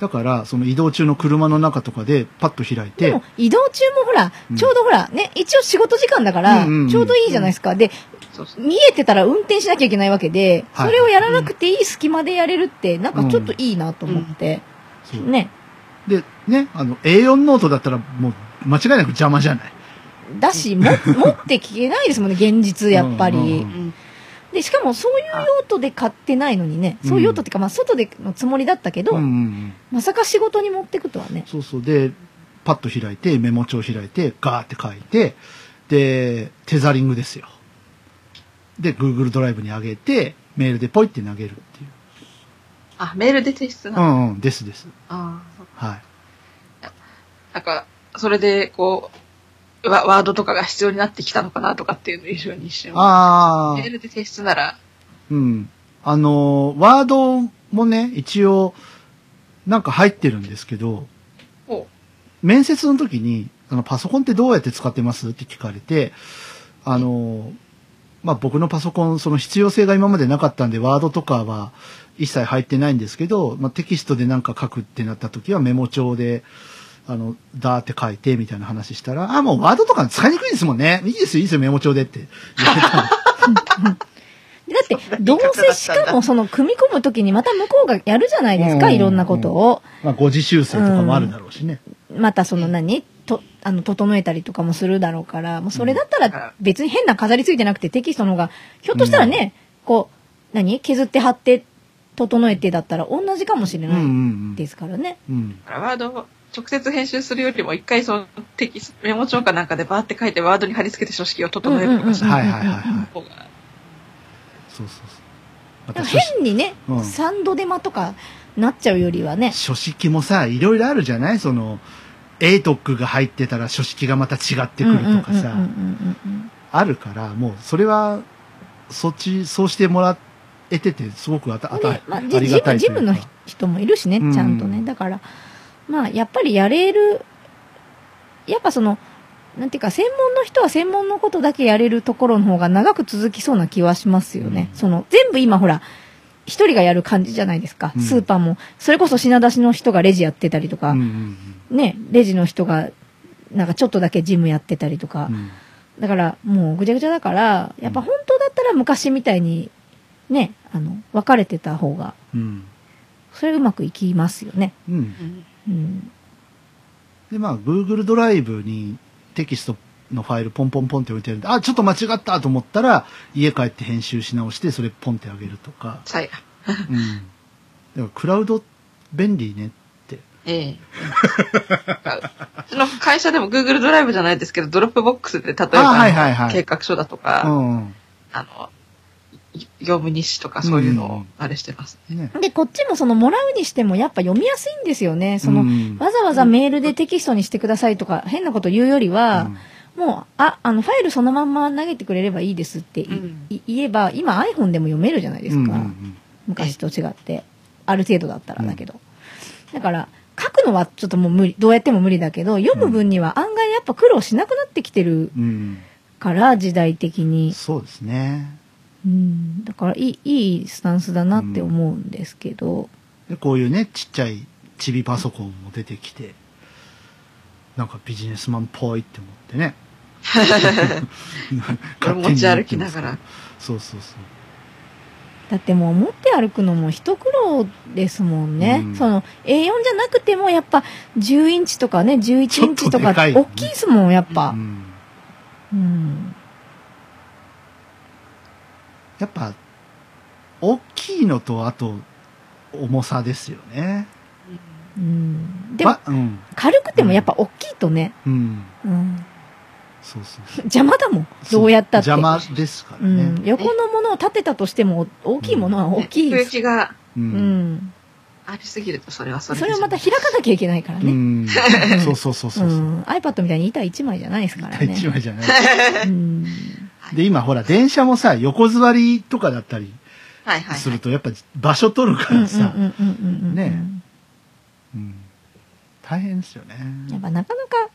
だから、その移動中の車の中とかでパッと開いでても、移動中もほらう、んちょうどほら、ね、一応仕事時間だからうんうんうん、ちょうどいいじゃないですか。で、そうそう。見えてたら運転しなきゃいけないわけで、はいそれをやらなくていい隙間でやれるって、なんかちょっといいなと思って。そうね。で、ね、あの、A4 ノートだったらもう間違いなく邪魔じゃない。だ [LAUGHS] し、も、持って聞けないですもんね、現実、やっぱり。うんうんううんん。で、しかもそういう用途で買ってないのにね、うんそういう用途っていうか、まあ、外でのつもりだったけど、うんうんうん。まさか仕事に持ってくとはね。そうそう。で、パッと開いて、メモ帳開いて、ガーって書いて、で、テザリングですよ。で、Google ドライブに上げて、メールでポイって投げるっていう。あ、メールで提出うな。あんうん、ですです。あー、はい。なんか、それで、こう、ワワードとかが必要になってきたのかなとかっていうのを一緒に一瞬。あメーあ、ルで提出なら、うん。あのー、ワードもね、一応、なんか入ってるんですけど、も面接の時に、あの、パソコンってどうやって使ってますって聞かれて、あの、まあ、僕のパソコン、その必要性が今までなかったんで、ワードとかは一切入ってないんですけど、まあ、テキストでなんか書くってなった時はメモ帳で、あの、ダーって書いてみたいな話したら、あ、もうワードとか使いにくいですもんね。いいですよ、いいですよ、メモ帳でって言われたんで。だって、どうせしかもその、組み込むときにまた向こうがやるじゃないですか、うんいろんなことを。まあ、誤字修正とかもあるだろうしね。またその何と、あの、整えたりとかもするだろうから、もうそれだったら別に変な飾りついてなくてテキストの方が、ひょっとしたらね、こう、何削って貼って、整えてだったら同じかもしれうん、うん、うないん。ですからね。うん。う、ワードを直接編集するよりも、一回そのテキスト、メモ帳かなんかでバーって書いて、ワードに貼り付けて書式を整えるとかしたうんうんうんはいはいはいはい。方が、そうそうそう。でも私変にね、うんサンドデマとかなっちゃうよりはね、書式もさいろいろあるじゃないその A トックが入ってたら書式がまた違ってくるとかさ、うんうんうんうんうんあるからもうそれはそっちそうしてもらえててすごくあたあうんた、ねまあ、あジりジがたムいジというかムの人もいるしね、ちゃんとね。うんだから、まあ、やっぱりやれる、やっぱその、なんていうか、専門の人は専門のことだけやれるところの方が長く続きそうな気はしますよね。うんその、全部今ほら、一人がやる感じじゃないですか。うんスーパーも、それこそ品出しの人がレジやってたりとか、うんうんね、レジの人が、なんかちょっとだけジムやってたりとか、うんうんだからもうぐちゃぐちゃだから、やっぱ本当だったら昔みたいに、ね、あの、分かれてた方がうんそれうまくいきますよね。うんうんうん。でまあ Google ドライブにテキストのファイルポンポンポンって置いてあるんであちょっと間違ったと思ったら家帰って編集し直してそれポンってあげるとか、さいうん、だからクラウド便利ねってええ。うちの会社でも Google ドライブじゃないですけど、ドロップボックスで例えば、あはいはいはい計画書だとうか、ん、うんあの、い業務日誌とかそういうのうんうんうをんあれしてます。ね、で、こっちもそのもらうにしてもやっぱ読みやすいんですよね。その、うんわざわざメールでテキストにしてくださいとか変なこと言うよりは、もう、あ、あの、ファイルそのまんま投げてくれればいいですってい、うんい言えば、今 iPhone でも読めるじゃないですか。うんうんうん昔と違って。ある程度だったらだけど。だから、書くのはちょっともう無理、どうやっても無理だけど、読む分には案外やっぱ苦労しなくなってきてるうん、から、時代的に。そうですね。うん、だからいい、いいスタンスだなって思うんですけど、でこういうね、ちっちゃいチビパソコンも出てきて、なんかビジネスマンっぽいって思って [LAUGHS] ね。これ持ち歩きながら。そうそうそう。だってもう持って歩くのも一苦労ですもんね。うんその A4 じゃなくてもやっぱ10インチとかね、11インちチとょっとかでかい大きいですもん、やっぱう。んうん。やっぱ、大きいのと、あと、重さですよね。うん。でもば、うん。軽くてもやっぱ大きいとね、うん。うん。 [LAUGHS] そうそうそう。邪魔だもん。 [LAUGHS] どうやったって。邪魔ですからうね。ん。横のものを立てたとしても大きいものは大きいで空す。気がうんうん。ありすぎるとそれはそれそれをまた開かなきゃいけないからうね。ん。そうそうそうそうう。ん、iPad みたいに板1枚じゃないですからね。一枚じゃない。うんで、今ほら、電車もさ、横座りとかだったりはいはいすると、やっぱ場所取るかうんうんらさ、うんうんうんうんねうん大変ですよね。やっぱなかなか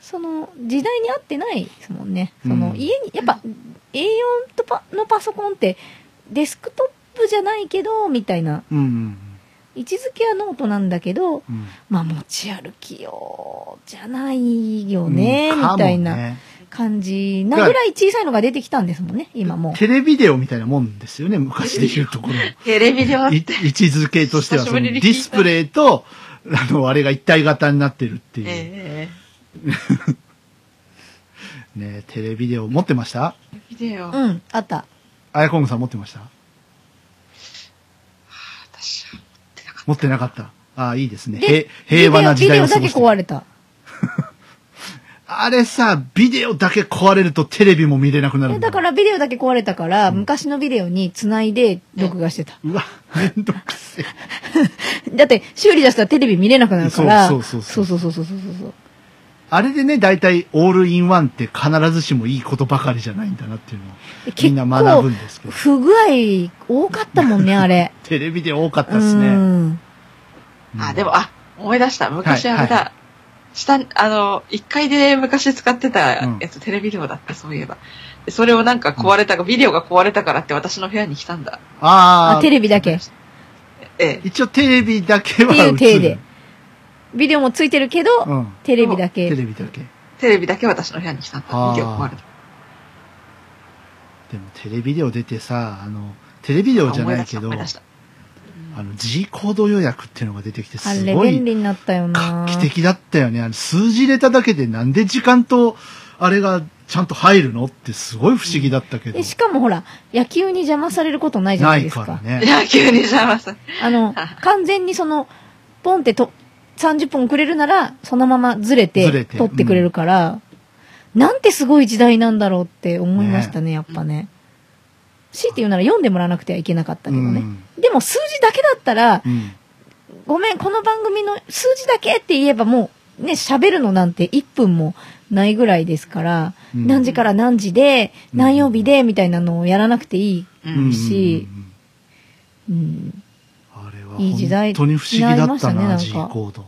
その時代に合ってないですもんね。そのうん家にやっぱ A4 とパのパソコンってデスクトップじゃないけどみたいなうんうん位置づけはノートなんだけど、うん。まあ持ち歩きようじゃないようんね、みかもたいなね感じなぐらい小さいのが出てきたんですもんね今もう。テレビデオみたいなもんですよね、昔で言うところ。テレビではい位置づけとしては、久そのしぶデりに聞いたィスプレイと、あの、あれが一体型になってるっていう。ええねテレビデオ持ってましたビデオ、うんあった。あやこんさん持ってました私は持ってなかっ持ってなかった。ああ、いいですね。でへ平和な時代を過ビごデしオビデオだけ壊て。れた。あれさ、ビデオだけ壊れるとテレビも見れなくなるえんだ。だからビデオだけ壊れたから、昔のビデオに繋いで録画してた。うわ、めんどくせえ。だって修理出したらテレビ見れなくなるから。そうそうそうそうそうそうそうそうそうあれでね、大体オールインワンって必ずしもいいことばかりじゃないんだなっていうのをえ結構みんな学ぶんですけど。不具合多かったもんね、あれ。テレビで多かったうですね。ん。うんたあでもあ思い出した昔あれだ、はいは下あの1階で昔使ってたうんやつ、テレビデオだったそういえばでそれをなんか壊れたか、ビデオが壊れたからって私の部屋に来たんだああ、あ、テレビだけ。ええ一応テレビだけはって映いるう体でビデオもついてるけど、うん。テレビだテけ。レビだけ。テレビだけ私の部屋に来たんだあービデオ壊れたでもテレビデオ出てさ、あの、テレビデオじゃ思いな出いしたけど、思い出したあの G コード予約っていうのが出てきて、あすれごい便利になったよな画期的だったよね。あの数字入れただけでなんで時間とあれがちゃんと入るのってすごい不思議だったけどで。しかもほら、野球に邪魔されることないじゃなないいですか。からいね。や急に邪魔さあの、完全にその、ポンってと、30分くれるなら、そのままずずれて、れて取ってくれるから、なんてすごい時代なんだろうって思いましたね、やっぱね。強いて言うなら読んでもらわなくてはいけなかったけどね。でも数字だけだったら、うん。うんごめん、この番組の数字だけって言えばもう、ね、喋るのなんて1分もないぐらいですから、うん何時から何時で、うん何曜日で、みたいなのをやらなくていい。ううんうんうんん、しうん、あれはいい時代本当に不思議だになっりましたたねな、なんか G コード。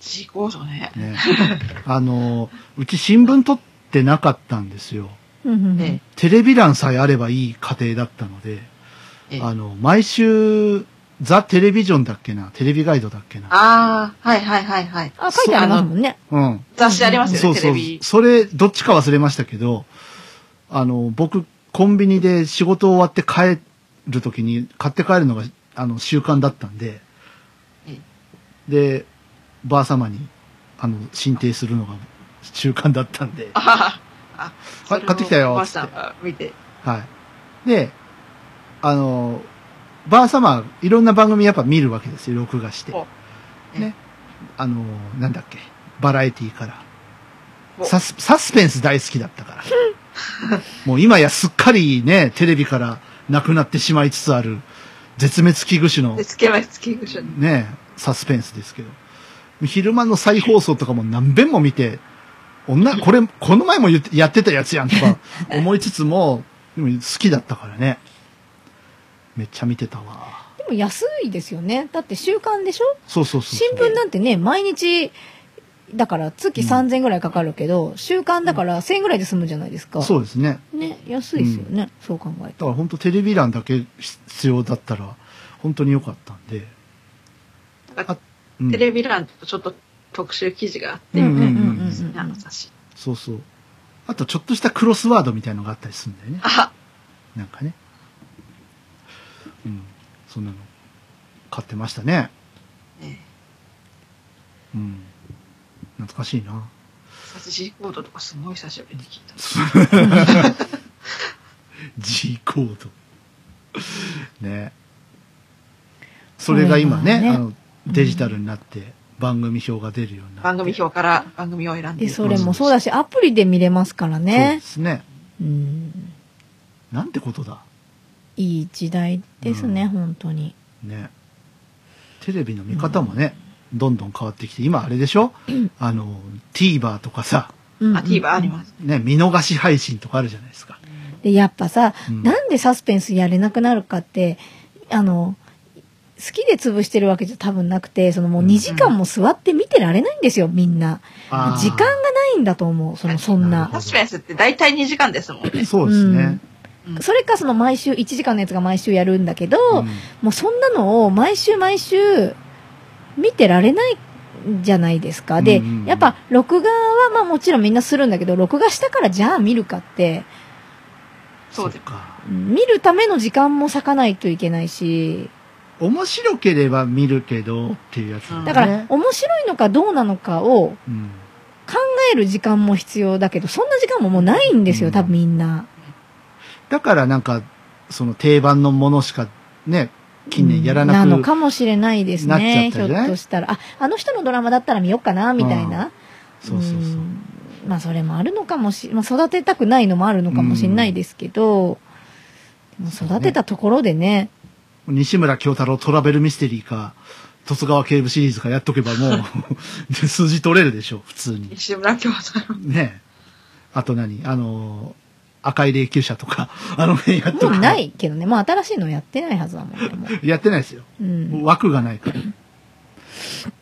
自業だねね。 [LAUGHS] あの、うち新聞取ってなかったんですよ。うんうんうんえテレビ欄さえあればいい家庭だったので、えええあの、毎週、ザ・テレビジョンだっけな、テレビガイドだっけな。ああ、はいはいはいはい。あ、書いてありますもんね。うん。雑誌ありますそようね、テそレう [LAUGHS] ビ。。それ、どっちか忘れましたけど、あの、僕、コンビニで仕事終わって帰るときに、買って帰るのが、あの、習慣だったんで、うんで、ばあ様に、あの、進呈するのが習慣だったんで、あははあそれを買ってきたよおばあさんが見て。はい。で、あの、ばあ様、いろんな番組やっぱ見るわけですよ、録画して。おね。あの、なんだっけ、バラエティから。おサスサスペンス大好きだった [LAUGHS] から。もう今やすっかりね、テレビからなくなってしまいつつある、絶滅危惧種ので、つけまつけぐしょ。ね、サスペンスですけど。昼間の再放送とかも何遍も見て、女、これ、この前も言ってやってたやつやんと [LAUGHS] か思いつつも、でも好きだったからね。めっちゃ見てたわ。でも安いですよね。だって週刊でしょそうそうそう新そう。聞なんてね、毎日、だから月うん3000ぐらいかかるけど、週刊だから1000ぐらいで済むじゃないですか。そうですね。ね、安いですよね。そう考えだたからら。本当テレビ欄だけ必要だったら、本当に良かったんで。あうんテレビ欄とちょっと特集記事があって、うんうんうんあの雑誌。そうそう。あとちょっとしたクロスワードみたいのがあったりするんだよね。あなんかね。うん。そんなの、買ってましたね。ねうん。懐かしいな。私 G コードとかすごい久しぶりに聞いた。 G コード。ね。それが今ね、それがねあの、デジタルになって、番組表が出るようになって。番組表から番組を選んで。で、それもそうだし、アプリで見れますからそうでね。すね。うん。なんてことだ。いい時代ですね、うん本当に。ね。テレビの見方もね、どんどん変わってきて、今あれでしょあの、TVer とかさ、うん。あ、TVer ありますす。ね、見逃し配信とかあるじゃないですか。で、やっぱさ、うんなんでサスペンスやれなくなるかって、あの、好きで潰してるわけじゃ多分なくて、そのもう2時間も座って見てられないんですよ、みんな。あー時間がないんだと思う、その、そんななるほ。どサスペンスって大体2時間ですもんね。そうですね。うんそれかその毎週1時間のやつが毎週やるんだけど、うんもうそんなのを毎週毎週見てられないじゃないですか。で、うんうんうんやっぱ録画はまあもちろんみんなするんだけど、録画したからじゃあ見るかって、そうです。か。うん見るための時間も割かないといけないし、面白ければ見るけどっていうやつ、ね。だから、ね、面白いのかどうなのかを考うん。える時間も必要だけど、そんな時間ももうないんですうよ、ん多分みんな。だからなんか、その定番のものしかね、近年やらななくのかもしれないですなっちゃっね、たよひねょっとしたら。あ、あの人のドラマだったら見よっかな、みたいな。そうそうそうう。んまあそれもあるのかもし、まあ、育てたくないのもあるのかもしれないですけど、でも育てたところでね、西村京太郎トラベルミステリーか、十津川警部シリーズかやっとけば [LAUGHS] もう、で数字取れるでしょ、普通に。西村京太郎。ねあと何あのー赤い霊柩車とか、あの辺やっともけばうないけどね、まあ新しいのやってないはずだもんね、もうやってないですよ。う。もうん枠がないから。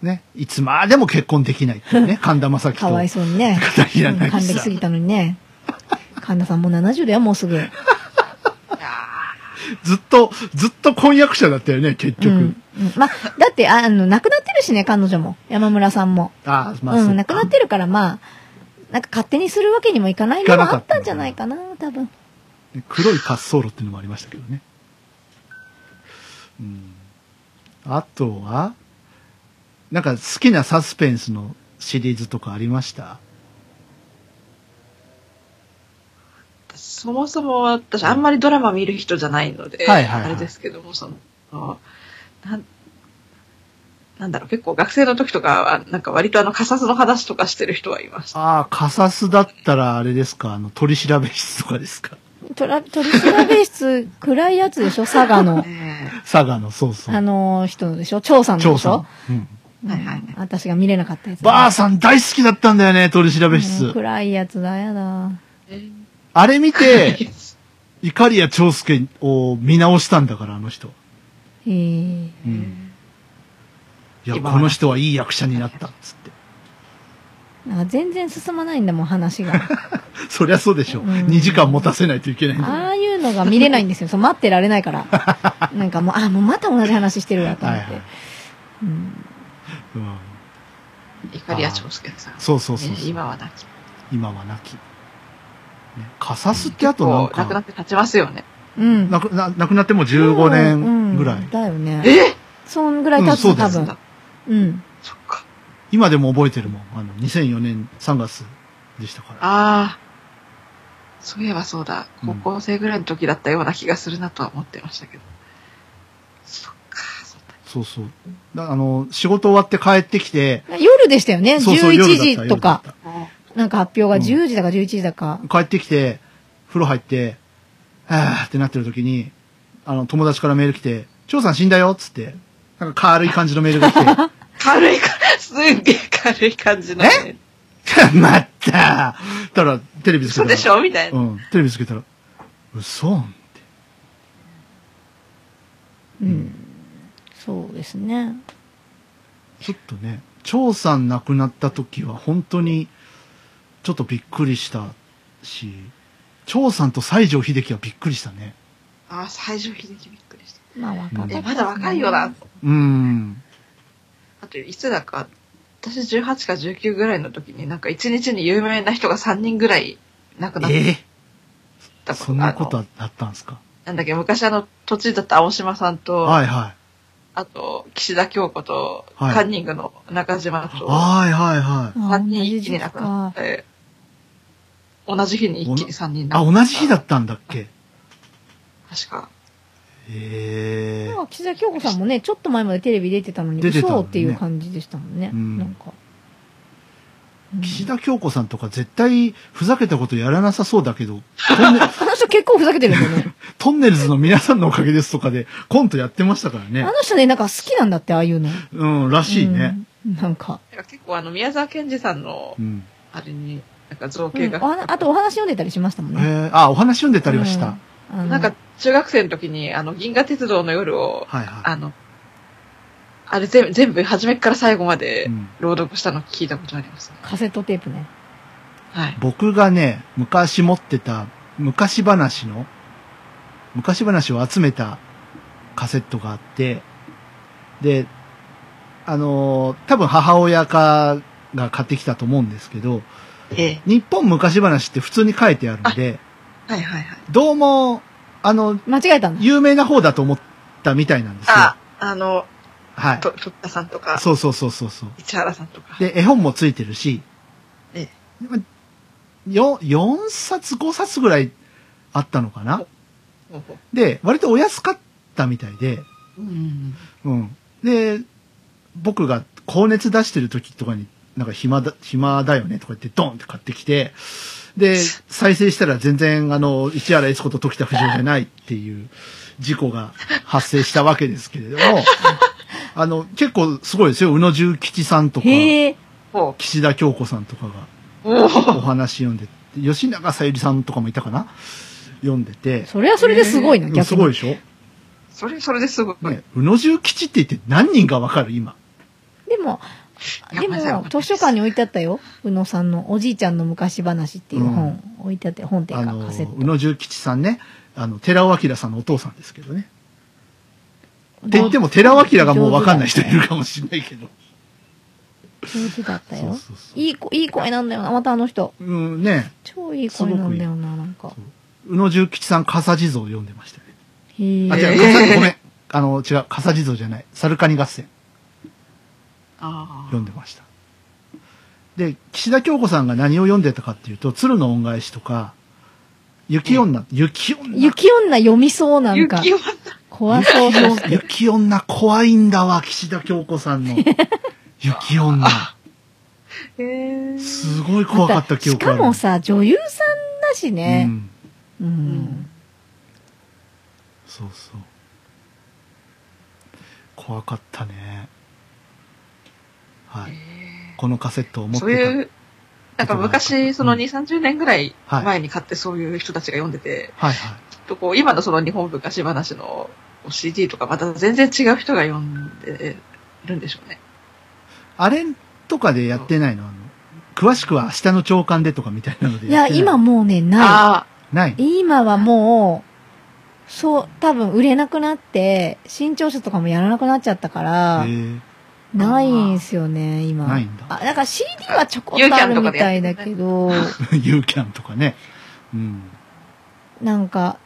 ね。いつまでも結婚できないっていうね。神田正輝と。かわいそうにね。片平うんなぎさ還暦すぎたのにね。神田さんもう70だよ、もうすぐ。いやずっと、ずっと婚約者だったよね、結うん局。うんまあ、だって、ああの、亡くなってるしね、彼女も。山村さんも。ああ、まあ、うそん、亡くなってるから、まあ、なんか勝手にするわけにもいかないのもあったんじゃないかな、多分。黒い滑走路っていうのもありましたけどね。うん。あとは、なんか好きなサスペンスのシリーズとかありましたーそもそも私あんまりドラマ見る人じゃないので、はいはいはいあれですけども、その、あのなんなんだろう、結構学生の時とかは、なんか割とあの、仮殺の話とかしてる人はいました。ああ、カサスだったらあれですかあの、取調べ室とかですかトラ取り調べ室、暗いやつでしょ佐賀の。ね佐賀の、そう [LAUGHS] そあう。の人でしょ調査の調でしょ査。うん。うんはいはいはい私が見れなかったやつ。ばあさん大好きだったんだよね、取調べう室。暗いやつだ、やだ。えあれ見 [LAUGHS] えて、碇谷長介を見直したんだから、あの人。えー、うん。いや、今はこの人はいい役者になった、つって。 [LAUGHS] なんか全然進まないんだもん、[LAUGHS] 話が。そりゃそうでしょ。ううん2時間持たせないといけないんだああいうのが見れないんですよ。そう待ってられない [LAUGHS] から。なんかもう、あ、もうまた同じ話してるわ、と思はっいて。はい。うんうん、怒りや長介さん。そうそうそうそうね今はなき。今は亡き。ね、カサスってあとなん結構亡くなかっ、て経ちますよね。うん。亡くな亡くなっても15年ぐらい。うんだよね。えそんぐらい経つ、うんそう多です分。うん。そっか。今でも覚えてるもん。あの、2004年3月でしたから。ああ。そういえばそうだ。うん高校生ぐらいの時だったような気がするなとは思ってましたけど。そっか、そっか。そうそう。だあの、仕事終わって帰ってきて、夜でしたよね。そうそう、夜だった11時とか。。夜だっもなんか発表がうん10時だか11時だか。た帰ってきて、風呂入って、はぁーってなってる時に、あの、友達からメール来て、長さん死んだよっつって、なんか軽い感じのメールが来 [LAUGHS] て、う軽いか、すっげえ軽い感じの、ね。まったたら、テレビつけた嘘ら。でしょみたいな。うん。テレビつけたら、嘘って。うん。そうですね。ちょっとね、張さん亡くなった時は本当に、ちょっとびっくりしたし、張さんと西城秀樹はびっくりしたね。ああ、最上秀樹びっくりした。まあ若かった、え、まだ若いよな。。うん。あと、いつだか、私18か19ぐらいの時に、なんか一日に有名な人が3人ぐらい亡くなっええたそんなこあとのあったんですかなんだっけ、昔あの、途中だった青島さんと、はいはい。あと、岸田京子と、はいカンニングの中島と、はいはいはい。あ3人同じ一気に時期亡くなっか。て、同じ日に一気に3人亡あ、くな同じ日だったんだっけ確か。へえなん。か岸田京子さんもね、ちょっと前までテレビ出てたのに、出てたの嘘にねっていう感じでしたもんね。うんなんか。うん岸田京子さんとか絶対ふざけたことやらなさそうだけど、トンネあの人結構ふざけてるんだよね。 [LAUGHS] トンネルズの皆さんのおかげですとかでコントやってましたから [LAUGHS] あねの。人ね、なんか好きなんだって、ああいうの。うん、らしいね。うん。なんか。結構あの、宮沢賢治さんのう、ん。あれに、なんか造う形ん、が、お話あとお話読んでたりしましたもんへね。え、あ、お話読んでたりはした。うん。あのなんか、中学生の時に、あの、銀河鉄道の夜を、はいはあの、あれ全部、全部、初めから最後まい。でうん朗読したの聞いたことありますね。カセットテープね。はい。僕がね、昔持ってた昔話の、昔話を集めたカセットがあって、で、あのー多分母親かが買ってきたと思うんですけど、ええ。日本昔話って普通に書いてあるんで、はいはいはい。どうも、あの、間違えたんだ。有名な方だと思ったみたいなんですよ。あ、あの、はい。と、ふっかさんとか、そうそうそうそうそう。市原さんとか。で、絵本もついてるし、えよ、4冊、5冊ぐらいあったのかなほうほうで、割とお安かったみたいで、うん。うん。で、僕が高熱出してる時とかに、なんか暇だ、暇だよねとか言ってドンって買ってきて、で、再生したら全然あの、市原悦子と時田不二夫じゃないっていう事故が発生したわけですけれども、あの、結構すごいですよ。宇野重吉さんとか、へえ。ほ岸田京子さんとかがう。おおー話読んで、吉永さゆりさんとかもいたかな読んでて、それはそれですごいな、うん逆に。すごいでしょそれ、それですごい。ね、宇野重吉って言って何人がわかる今。でも、いやでまだわかんなもい、図書館に置いてあったよ。宇野さんのおじいちゃんの昔話っていう本、置いてあって、本っていうあかのカセッ宇ト。野重吉さんねあの寺尾明さんのお父さんですけどねって言っても寺尾明がもう分かんない人いるかもしれないけど上手だったそうよ。そうそういい子、いい声なんだよな、またあの人。うんね超いい声なんだよな、なんか。宇野重吉さん笠地蔵読んでましたねへえ。あえ違う笠ごめんあの違う笠地蔵じゃないサルカニ合戦あ読んでましたで岸田京子さんが何を読んでたかっていうと鶴の恩返しとか雪女、雪女雪女読みそうあ。なんか。雪は、怖そうとして。雪女怖いんだわ岸田京子さんの雪 [LAUGHS] 女ええ。すごい [LAUGHS] 怖かった記し憶あかる。もさ、女優さんだしうね。ん。うん。そうそう。怖かったね。はい。このカセットを持ってそた。ういう、なんか昔、その2、30年ぐらいはい前に買ってそういう人たちが読んでて、はいはい。きっとこう、今のその日本昔話の CD とかまた全然違う人が読んでるんでしょうね。あれとかでやってないのあの、詳しくは明日の朝刊でとかみたいなのでいや、ってな今もうね、なあい。ない。い。今はもう、そう、多分売れなくなって、新潮社とかもやらなくなっちゃったからへ、えないんすよね、今。ないんだあ、なんか CD はちょこっとあるみたいだけど、 [LAUGHS] ユーキャンとかね。うん。なんか、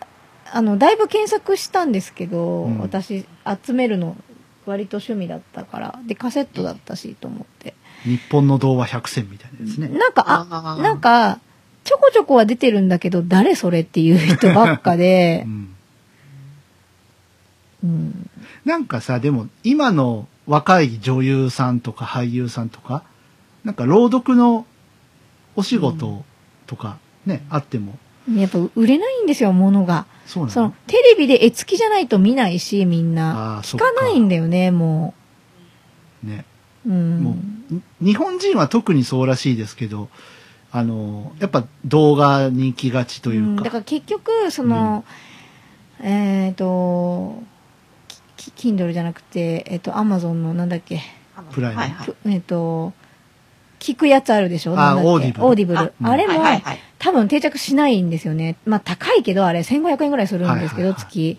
あの、だいぶ検索したんですけど、うん私、集めるの、割と趣味だったから、で、カセットだったし、と思って。日本の童話100選みたいなやつね。なんか、あ、あなん、か、ちょこちょこは出てるんだけど、誰それっていう人ばっかうで、ん。うん。なんかさ、でも今の若い女優さんとか俳優さんとか、なんか朗読のお仕事とかね、あっても、やっぱ売れないんですよ、物が。そうなそのの、テレビで絵付きじゃないと見ないし、みんな。ああ、そ聞っかかないんだよね、もね。う。うもん。ん日本人は特にそうらしいですけど、あの、やっぱ動画に行きがちといんうだか、から結局、その、えっ、と、きき Kindle じゃなくて、えっ、と、Amazon のなんだっけ、プライムはいはいぷえっ、と、聞くやつあるでしょあなんだっけオーディブルオーディブル。ああれも、はいはいはい多分定着しないんですよね。まあ高いけどあれ1500円ぐらいするんですけど、はいはいはい月。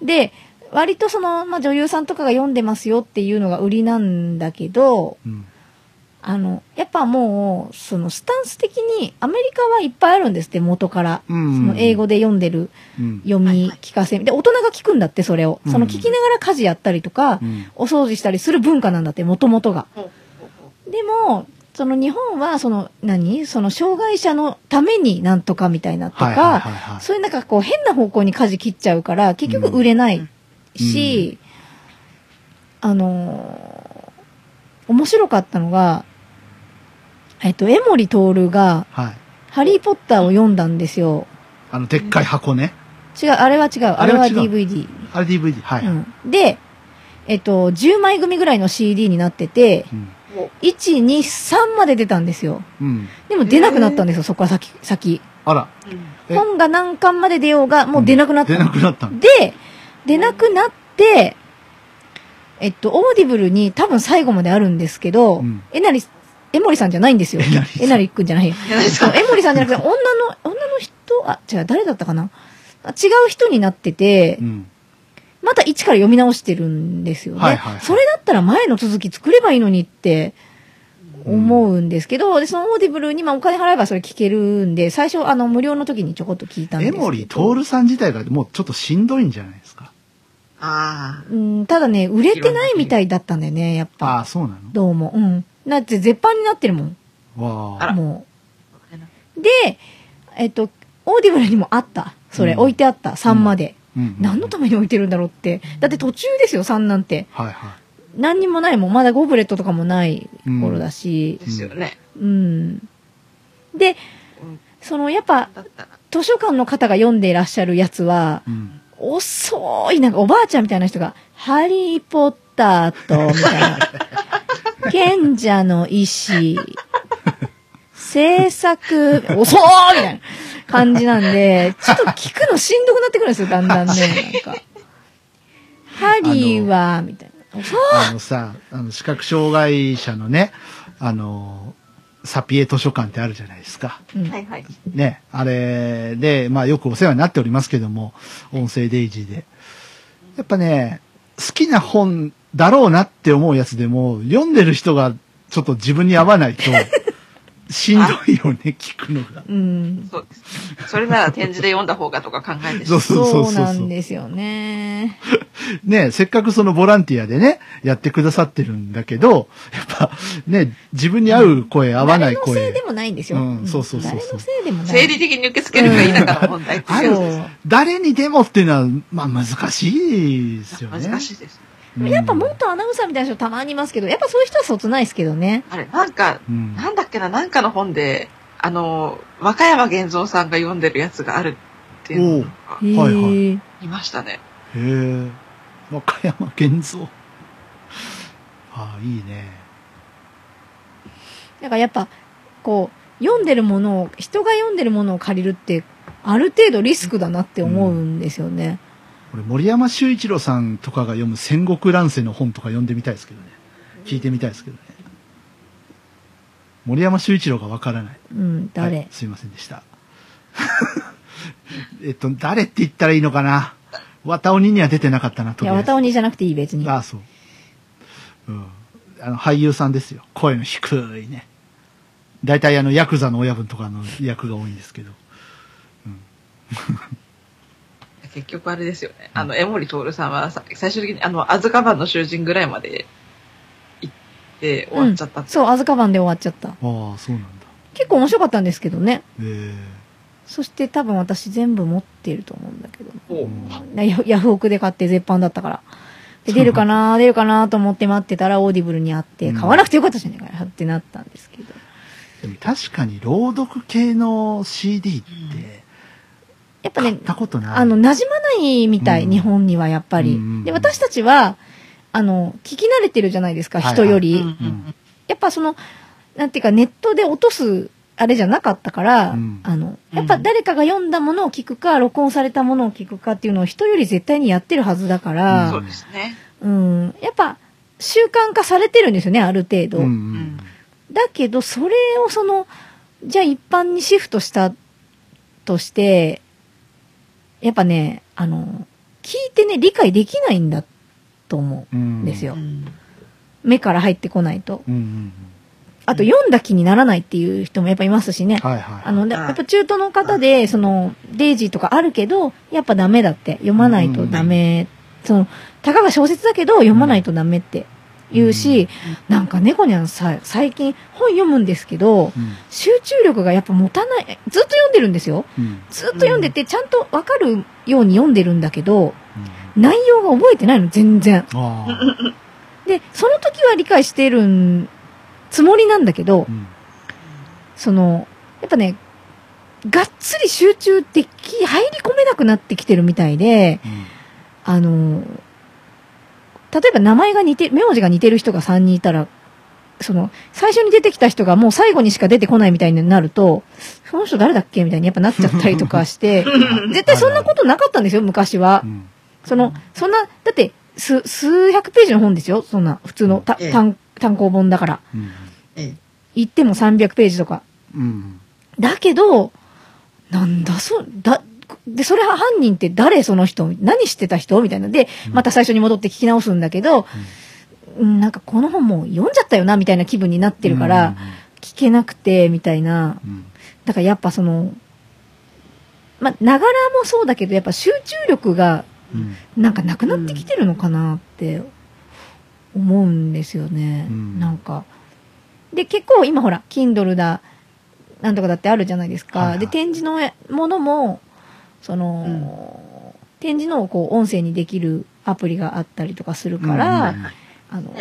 で、割とその、まあ女優さんとかが読んでますよっていうのが売りなんだけど、うんあの、やっぱもう、そのスタンス的にアメリカはいっぱいあるんですって、元から。うんその英語で読んでるうん。読み聞かせ。で、大人が聞くんだって、それを。うんその聞きながら家事やったりとか、うんお掃除したりする文化なんだって、もともとが。でも、その日本は、その、何その障害者のためになんとかみたいなとか、はいはいはいはい。そういうなんかこう変な方向に舵切っちゃうから、結局売れないし、あのー面白かったのが、えっと、江森徹が、はい。ハリーポッターを読んだんですよ。あの、でっかい箱ね。違う、あれは違う。ああれれはは違う DVD。あれ DVD。はい。うん。うんで、えっと、10枚組ぐらいの CD になってて、1、2、3まで出たんですよ。うん。でも出なくなったんですよ、そこから先、先。あら。え本が何巻まで出ようが、もう出なくなった出なくなったの。で、出なくなって、えっと、オーディブルに多分最後まであるんですけど、うんえなり、えもりさんじゃないんですよ。えなりさんえなりくんじ [LAUGHS] ゃないよ。えなりそうえもりさんじゃなくて、女の、女の人、あ、違う、誰だったかなあ違う人になっててう、ん。また一から読み直してるんですよね。はいはいはいそれだったら前の続き作ればいいのにって思うんですけど、で、そのオーディブルにまあお金払えばそれ聞けるんで、最初あの無料の時にちょこっと聞いたんです江けど。森徹さん自体がもうちょっとしんどいんじゃないですか。 [LAUGHS] あうん、ただね、売れてないみたいだったんだよね、やっあぱ。あ、そうなどうも。うん。だって絶版になってるもん。のわああ。らもあ。う。で、えっと、オーディブルにもあった。それ、うん置いてあった。3まで、うん何のために置いてるんだろうって。だって途中ですよ、3なんて。はいは何にもないもん。まだゴブレットとかもない頃だしで。すよね。うん。で、うんその、やっぱ、だったら。図書館の方が読んでいらっしゃるやつは、い。うん。遅い、なんかおばあちゃんみたいな人が、ハリーポッターと、みたい [LAUGHS] な。賢者の意志。制作、遅いみたいな感じなんで、ちょっと聞くのしんどくなってくるんですよ、だんだんね。なんか。ハリーは、みたいな。遅いあのさ、あの、視覚障害者のね、あの、サピエ図書館ってあるじゃないですか。うんはいはい。ね、あれで、まあよくお世話になっておりますけども、音声デイジーで。やっぱね、好きな本だろうなって思うやつでも、読んでる人がちょっと自分に合わ [LAUGHS] ないと、しんどいよね、聞くのが。うん。そうです。それなら展示で読んだ方がとか考えてしそまうう。そうそうそそううなそんう。ですよね。ね、せっかくそのボランティアでね、やってくださってるんだけど、やっぱね、自分に合う声、合わない声。誰のせいでもないんですよ。うんそうそうそうそう誰のせいでもない。生理的に受け付けるか否かの問題ってあいるうそう誰にでもっていうのは、まあ難しいですよね。難しいです。うんやっぱ元アナウンサーみたいな人たまにいますけど、やっぱそういう人は卒ないですけどね。あれ、なんか、うんなんだっけな、なんかの本で、あの、和歌山玄三さんが読んでるやつがあるっていうのがいはいへーいましたね。へえ。和歌山健三。ああ、いいね。だからやっぱ、こう、読んでるものを、人が読んでるものを借りるって、ある程度リスクだなって思うんですよね。俺、森山修一郎さんとかが読む戦国乱世の本とか読んでみたいですけどね。聞いてみたいですけどね。森山修一郎がわからない。うん、誰、はいすいませんでした。 [LAUGHS] えっと、誰って言ったらいいのかな綿鬼には出てなかったな、いとりや、あえず綿鬼じゃなくていい、別に。ああ、そう。うん。あの、俳優さんですよ。声の低いね。大体あの、ヤクザの親分とかの役が多いんですけど。結局あれですよね。あの、江森徹さんはさ最終的に、あの、アズカバンの囚人ぐらいまで行って終わっちゃったうん。そう、アズカバンで終わっちゃった。ああ、そうなんだ。結構面白かったんですけどね。えそして多分私全部持ってると思うんだけど。えおなヤフヤフオクで買って絶版だったから。で出るかな出るかなと思って待ってたらオーディブルにあって、うん買わなくてよかったじゃないかなってなったんですけど。でも確かに朗読系の CD ってやっぱ買っね、たことない。あの、馴染まないみたい、うん日本にはやっぱり。うんで、私たちは、あの、聞き慣れてるじゃないですか、はいはい人より。うんうんやっぱその、なんていうか、ネットで落とす、あれじゃなかったから、うんあの、やっぱ誰かが読んだものを聞くか、録音されたものを聞くかっていうのを人より絶対にやってるはずだから、そうですね。うん、やっぱ習慣化されてるんですよね、ある程度。うんうんだけど、それをその、じゃあ一般にシフトしたとして、やっぱね、あの、聞いてね、理解できないんだと思うん。ううんんですよ。うん目から入ってこないと。うんうんあと読んだ気にならないっていう人もやっぱいますしね。はいはい。あの、であやっぱ中東の方で、その、デイジーとかあるけど、やっぱダメだって、読まないとダメ。その、たかが小説だけど、読まないとダメって言うし、なんか猫にゃんさ、最近本読むんですけど、うん、集中力がやっぱ持たない、ずっと読んでるんですよ。うん。ずっと読んでて、ちゃんとわかるように読んでるんだけど、内容が覚えてないの、全然。うん。ああ。で、その時は理解してるんつもりなんだけどう、ん。その、やっぱね、がっつり集中でき、入り込めなくなってきてるみたいで、うん。あの、例えば名前が似て、名字が似てる人が3人いたら、その、最初に出てきた人がもう最後にしか出てこないみたいになると、その人誰だっけみたいにやっぱなっちゃったりとかして、 [LAUGHS] 絶対そんなことなかったんですよ、昔はう。ん。その、そんな、だって、す、数百ページの本ですよ、そんな、普通のたええ単単行本だから。うん。え言っても300ページとか。うん。だけど、なんだそ、だ、で、それは犯人って誰その人何してた人みたいな。で、また最初に戻って聞き直すんだけど、うん、なんかこの本もう読んじゃったよな、みたいな気分になってるから、聞けなくて、みたいな。うん。うん。だからやっぱその、まあ、ながらもそうだけど、やっぱ集中力がうん。なんかなくなってきてるのかなって思うんですよね。うんなんか。で、結構今ほら、Kindle だ、なんとかだってあるじゃないですか。はいはいで、展示のものも、その、展示のをこう音声にできるアプリがあったりとかするから、あの、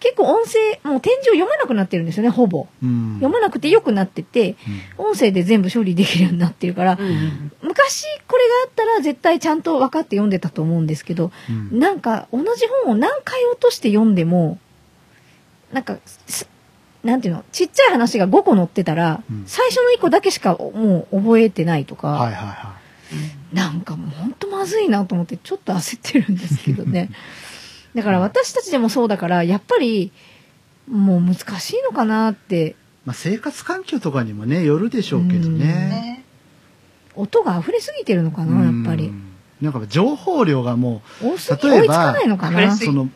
結構音声、もう展示を読まなくなってるんですよね、ほぼ。うん。読まなくて良くなってて、音声で全部処理できるようになってるから、うんうん昔これがあったら絶対ちゃんと分かって読んでたと思うんですけど、うん。うん。なんか同じ本を何回落として読んでも、なんかす、なんていうの、ちっちゃい話が5個載ってたら、うん最初の1個だけしかもう覚えてないとか、はいはいはなんかもうほんとまずいなと思ってちょっと焦ってるんですけ [LAUGHS] どね。だから私たちでもそうだから、やっぱり、もう難しいのかなって、い。まあ、生活環境とかにもね、よるでしょうけどね。ね音が溢れすぎてるのかうな、やんっぱり。。なんか情報量がも多すぎ、例えば追いつかないのか溢れな。すう、その、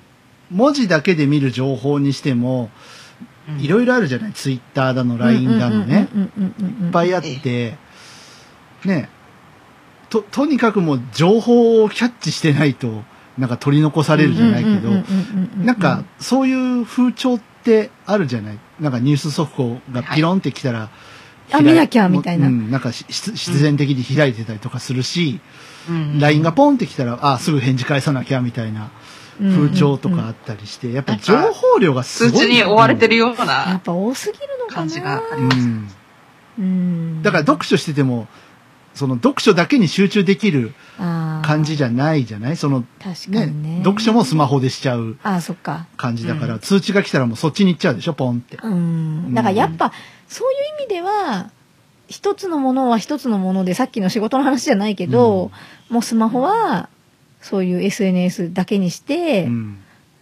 文字だけで見る情報にしても、うんいろいろあるじゃないツイッターだの、LINE だのね。うんうんうんうんうんうん。いっぱいあって、ね、と、とにかくもう情報をキャッチしてないと、なんか取り残されるじゃないけど、うんうんうんうんうんなんか、そういう風潮ってあるじゃないなんかニュース速報がピロンってきたら、あ開い見なきゃみたいなうん、なんかし必必然的に開いてたりとかするし、うん、 LINE がポンってきたら、あ、すぐ返事返さなきゃみたいな風潮とかあったりして、やっぱ情報量がす数ごい。値に追われてるようやなっぱ多すぎるのかな感じがありうます。ん。うんだから読書してても、その読書だけに集中できる感じじゃないじゃないその、あー確かねにね読書もスマホでしちゃうああそっか感じだから、うん通知が来たらもうそっちに行っちゃうでしょ、ポンって。うんだからやっぱそういう意味では一つのものは一つのものでさっきの仕事の話じゃないけど、もうスマホはそういう SNS だけにして、うん。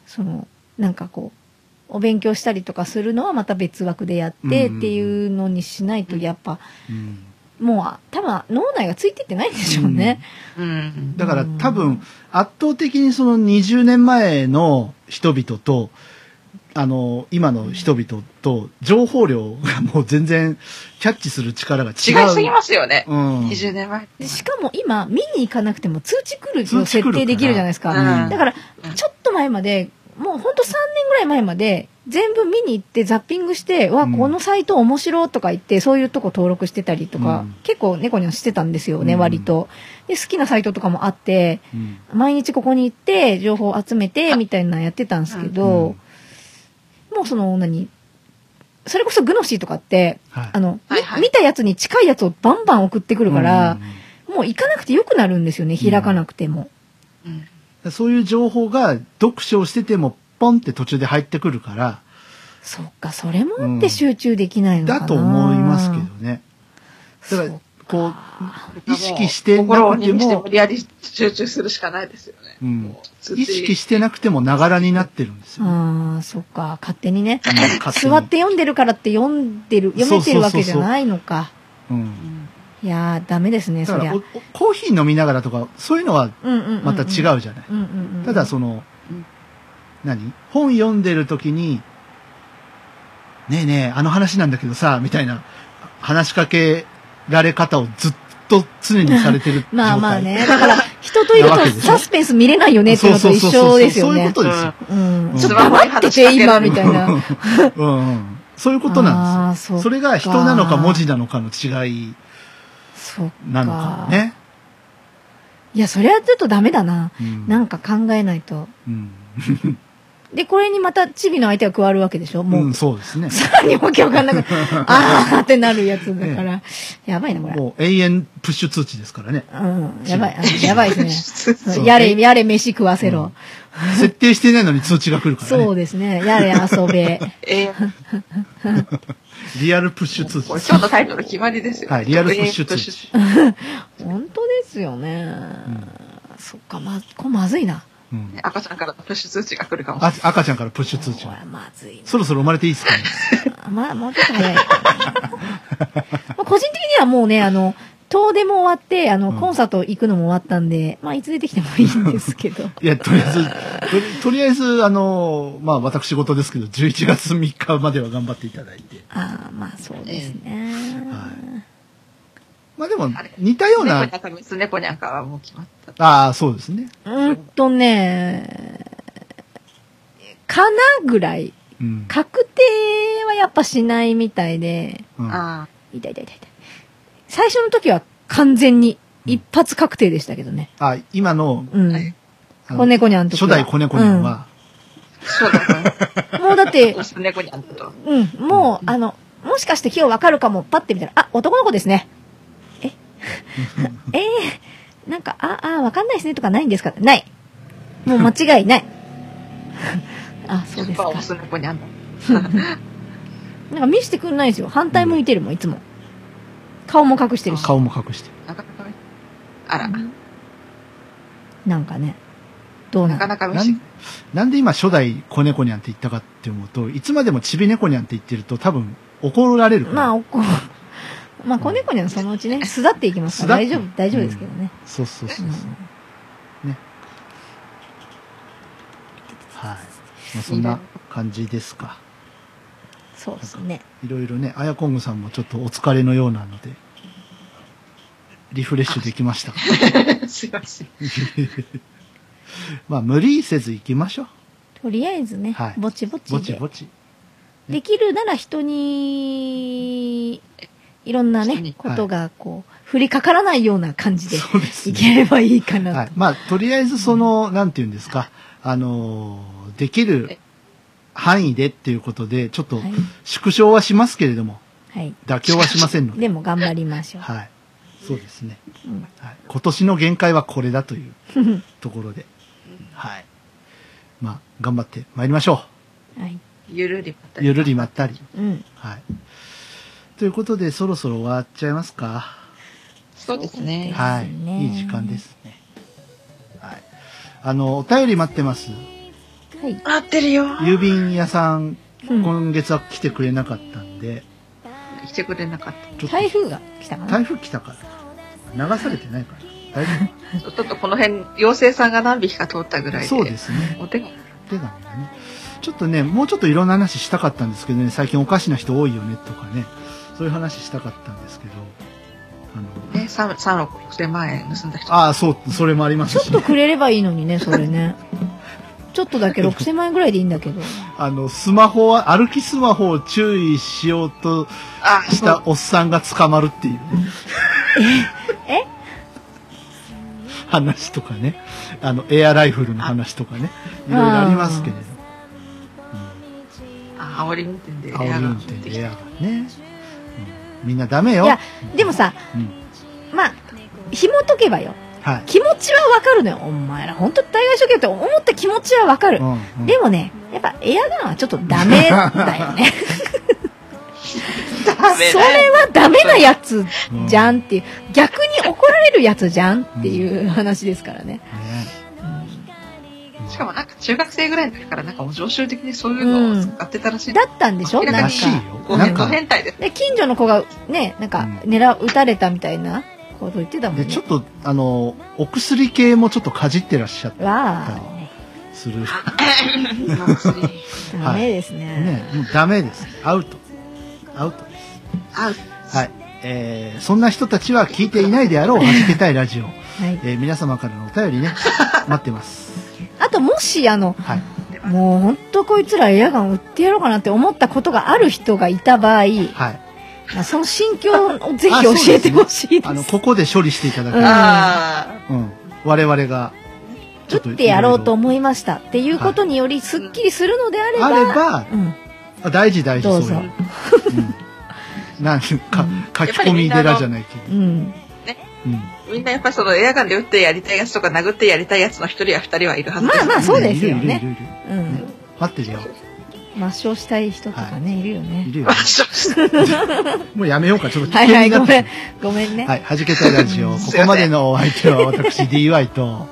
そのなんかこうお勉強したりとかするのはまた別枠でやってうんっていうのにしないとやっぱうんもうあ多分脳内がついてってないんでしょうね。うんだから多分圧倒的にその20年前の人々とあの今の人々と情報量がもう全然キャッチする力が違う。違いすぎますよね。うん、 20年前。でしかも今、見に行かなくても通知来る通知来るのか設ら定できるじゃないですか。うんだからうん、ちょっと前まで、もうほんと3年ぐらい前まで、全部見に行ってザッピングして、わ、うんこのサイト面白いとか言って、そういうとこ登録してたりとか、うん結構猫にはしてたんですよね、うん割と。で、好きなサイトとかもあって、うん毎日ここに行って、情報を集めて、みたいなのやってたんですけど、うんもうその、何それこそグノシーとかって、はいあの、みはいはい見たやつに近いやつをバンバン送ってくるから、もう行かなくてよくなるんですよね、うん開かなくても。うんうんそういう情報が読書をしててもポンって途中で入ってくるからそっか、それもあっうんて集中できないのかな、だと思いますけどね。だからそうこう意識してな心をくて鬼にしても無理やり集中するしかないですよね。うんもう意識してなくてもながらになってるんですよ。ああ、そっか、勝手にね。うん勝手に座って読んでるからって読んでる、読めてるわけじゃないのか。うんうんいやー、ダメですね、だそかりゃらお。おコーヒー飲みながらとかそういうのはうんうんうんうんまた違うじゃない、うんうんうん。ただその、うん何本読んでる時にねえねえ、あの話なんだけどさ、みたいな話しかけられ方をずっと常にされてる状態。 [LAUGHS] まあまあね。だから、人といるなわとけでしょサスペンス見れないよねっていうのと一緒ですよね。そうそうそうそういうこうん。うんちょっと黙ってて、今、みたいな。とですよ。うんうん。そういうことなんですあーそっよ。かそれが人なのか文字なのかの違いそっか。なのかね。いや、それはちょっとダメだな。うんなんか考えないと。うんで、これにまたチビの相手が加わるわけでしょもう、うん、そうですね。さらにわけ [LAUGHS] わかんなくなるあーってなるやつだから。やばいな、これ。もう永遠プッシュ通知ですからね。うん。やばい。あやばいで [LAUGHS] すそね。うやれ、やれ、飯食わせろ。設定してないのに通知が来るからそうね。ですね。やれ、遊 [LAUGHS] べ。えーリアルプッシュ通知これ。今日のタイトル決まりですよ。はい、リアルプッシュ通知。本当ですよね。そっか、ま、これまずいな。うん赤ちゃんからのプッシュ通知が来るかもしれあ赤ちゃんからプッシュ通知こ。れまずいそろそろ生まれていいですかね。な。まあ、もうちょっと早 [LAUGHS] い。まあ個人的にはもうね、あの、遠出も終わって、あの、んコンサート行くのも終わったんで、まあ、いつ出てきてもいいんですけど。いや、とりあえず、とりとりあえず、あの、まあ、私事ですけど、11月3日までは頑張っていただいて。ああ、まあ、そうですね。はいまあでもあれ、似たようない。な猫に、ゃか、ミス猫にゃかはもう決まった。ああ、そうですね。うーんとね、かなぐらい。うん。確定はやっぱしないみたいで、うんあ痛い痛い痛い痛い。最初の時は完全に一発確定でしたけどね。あ、今の、あ。うはんい。。あ子の猫にゃんと初代子猫にゃん、は、そうだね。うんもうだ [LAUGHS] ってどう、して猫にゃんと。うん、もう、あの、もしかして今日わかるかも、パッて見たら、あ、男の子ですね。え [LAUGHS] えー、なんか、あ、あ、わかんないですねとかないんですかない。もう間違い [LAUGHS] ない。あ、そうですやっぱか。オス猫にゃんだ。なんか見せてくんないんですよ。反対向いてるもん、いつも。顔も隠してるし。顔も隠して。なかなかね。あら、なんかね。どうななのかなか見なせてんなんで今初代子猫にゃんって言ったかって思うと、いつまでもちび猫にゃんって言ってると多分怒られるから。まあ、おこ、 [LAUGHS] まあ、子猫にはそのうちね、巣立っていきますから、巣大立丈っ夫、大丈夫ですけどね。そうそうそうそう。ね。はい。まあ、そんな感じですか。そうですね。いろいろね、あやこんぐさんもちょっとお疲れのようなので、リフレッシュできましたか。 [LAUGHS] すいません。まあ、無理せず行きましょう。とりあえずねはい、ぼちぼちぼちで。ぼち。できるなら人に、いろんな人ねに、ことがこう、降りかからないような感じで、そうですいね。ければいいかなはいと。。まあ、とりあえずその、なんて言うんですか、あのー、できる範囲でっていうことで、ちょっとはい縮小はしますけれども、はい。妥協はしませんので。でも頑張りましょう。はい。そうですね。うんはい、今年の限界はこれだというところで、はい。まあ、頑張って参りましょはい。ゆるりまったう。ゆるりまったり。うん。はい。ということで、そろそろ終わっちゃいますか。そうですね。はですねい。いい時間ですね。はい。あの、お便り待ってます。はい。合ってるよ。郵便屋さん、うん今月は来てくれなかったんで、来てくれなかった。ちょっと台風が来たかな台風来たから。流されてないから。大丈 [LAUGHS] ちょっとこの辺、妖精さんが何匹か通ったぐらい夫。そで。うですね。お手紙。お手紙がね。ちょっとね、もうちょっといろんな話したかったんですけどね、最近おかしな人多いよねとかね、そういう話したかったんですけど、あの、ね、3、3、6、6000万円盗んだ人。ああ、そう、それもありまちすょっし、とくれればいいのにね、そ [LAUGHS] れね。ちょっとだけ6000万円ぐらいでいいんだけど。あの、スマホは、歩きスマホを注意しようとあ、しそうたおっさんが捕まるっていうね、え話とかね、あの、エアライフルの話とかね、いろいろありますけれど、あ煽り運転でエア煽がり運降って転きでエアたがね、うんみんなダメよ。いや、でもさ、うんまあ、紐解けばよ。はい。気持ちはわかるのよ。お前ら、本当対外諸教って思った気持ちはわかる。うんうんでもね、やっぱエアガンはちょっとダメだよね。ダメ [LAUGHS] そだよれはダメなやつじゃんっていう、逆に怒られるやつじゃんっていう話ですからね。ねしかもなんか中学生ぐらいの時からなんかもう常習的にそういうのを使ってたらしい。だったんでしょ明ならかんから。しいごよ。なめんん、ごか、変 [LAUGHS] 態です。で、近所の子がね、なんかう狙う、撃たれたみたいなこと言ってたもんでね。ちょっと、あの、お薬系もちょっとかじってらっしゃっわたりあ、する。の薬ダメですね。ね、もうダメです。アウト。アウトです。合う。はい。えー、そんな人たちは聞いていないであろう、はじけたいラジオ。はい。えー、皆様からのお便り [LAUGHS] ね、待ってます。あと、もし、あの、はい。もうほんとこいつらエアガン売ってやろうかなって思ったことがある人がいた場合、はい。まあその心境をぜひ教えてほしいであ [LAUGHS] の、す。ここで処理していただく。うんあうん。我々が、ちょっと打ってやろうとい思いましたっていうことによりすっきりするのであろれいば、ろあれば、うん、あ大事大事、どうそぞれは。うん。なんか、書き込み寺じゃないけど。うん、うん。あ、みんなやっぱりそのエアガンで撃ってやりたいやつとか殴ってやりたいやつの一人や二人はいるはずでまあす。まあそうですよいるね。いるいるいるうん、待ってるよ。抹消したい人とかね、い、るよいね。るよ [LAUGHS] まあ、。そうもうやめようか、ちょっと危は険いはにい、なごってめ [LAUGHS] ん。、ごめんね。はい、弾けたいラジ [LAUGHS] オ。うんここまでのお相手は私、DY と。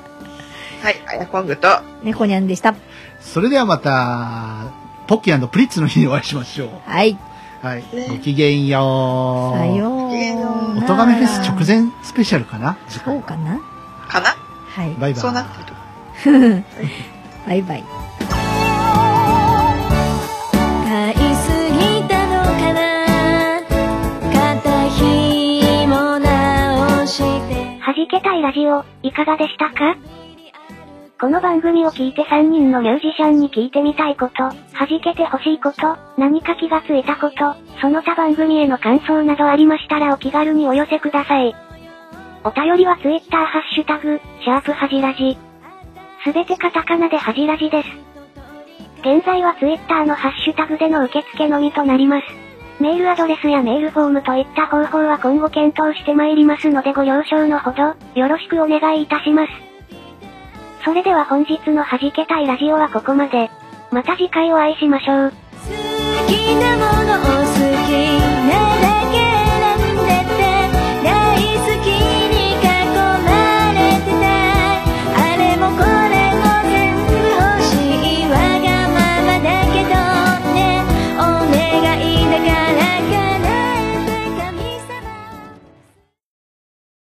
はい、あやこんぐと。は猫にゃんでした。それではまた、ポッキープリッツの日にお会いしましょう。はい、はいね。ごきげんよう。さよごきげんよううおなら。とがめフェス直前スペシャルかなそうかな。かなはい、バイバイ。そうなってる。バイバイ。買いすぎたのかな肩ひも直して弾けたいラジオ、いかがでしたかこの番組を聞いて3人のミュージシャンに聞いてみたいこと、弾けてほしいこと、何か気がついたこと、その他番組への感想などありましたらお気軽にお寄せください。お便りは Twitter ハッシュタグ、シャープはじらじ。すべてカタカナではじらじです。現在は Twitter のハッシュタグでの受付のみとなります。メールアドレスやメールフォームといった方法は今後検討してまいりますのでご了承のほど、よろしくお願いいたします。それでは本日の弾けたいラジオはここまで。また次回お会いしましょう。好きなものを好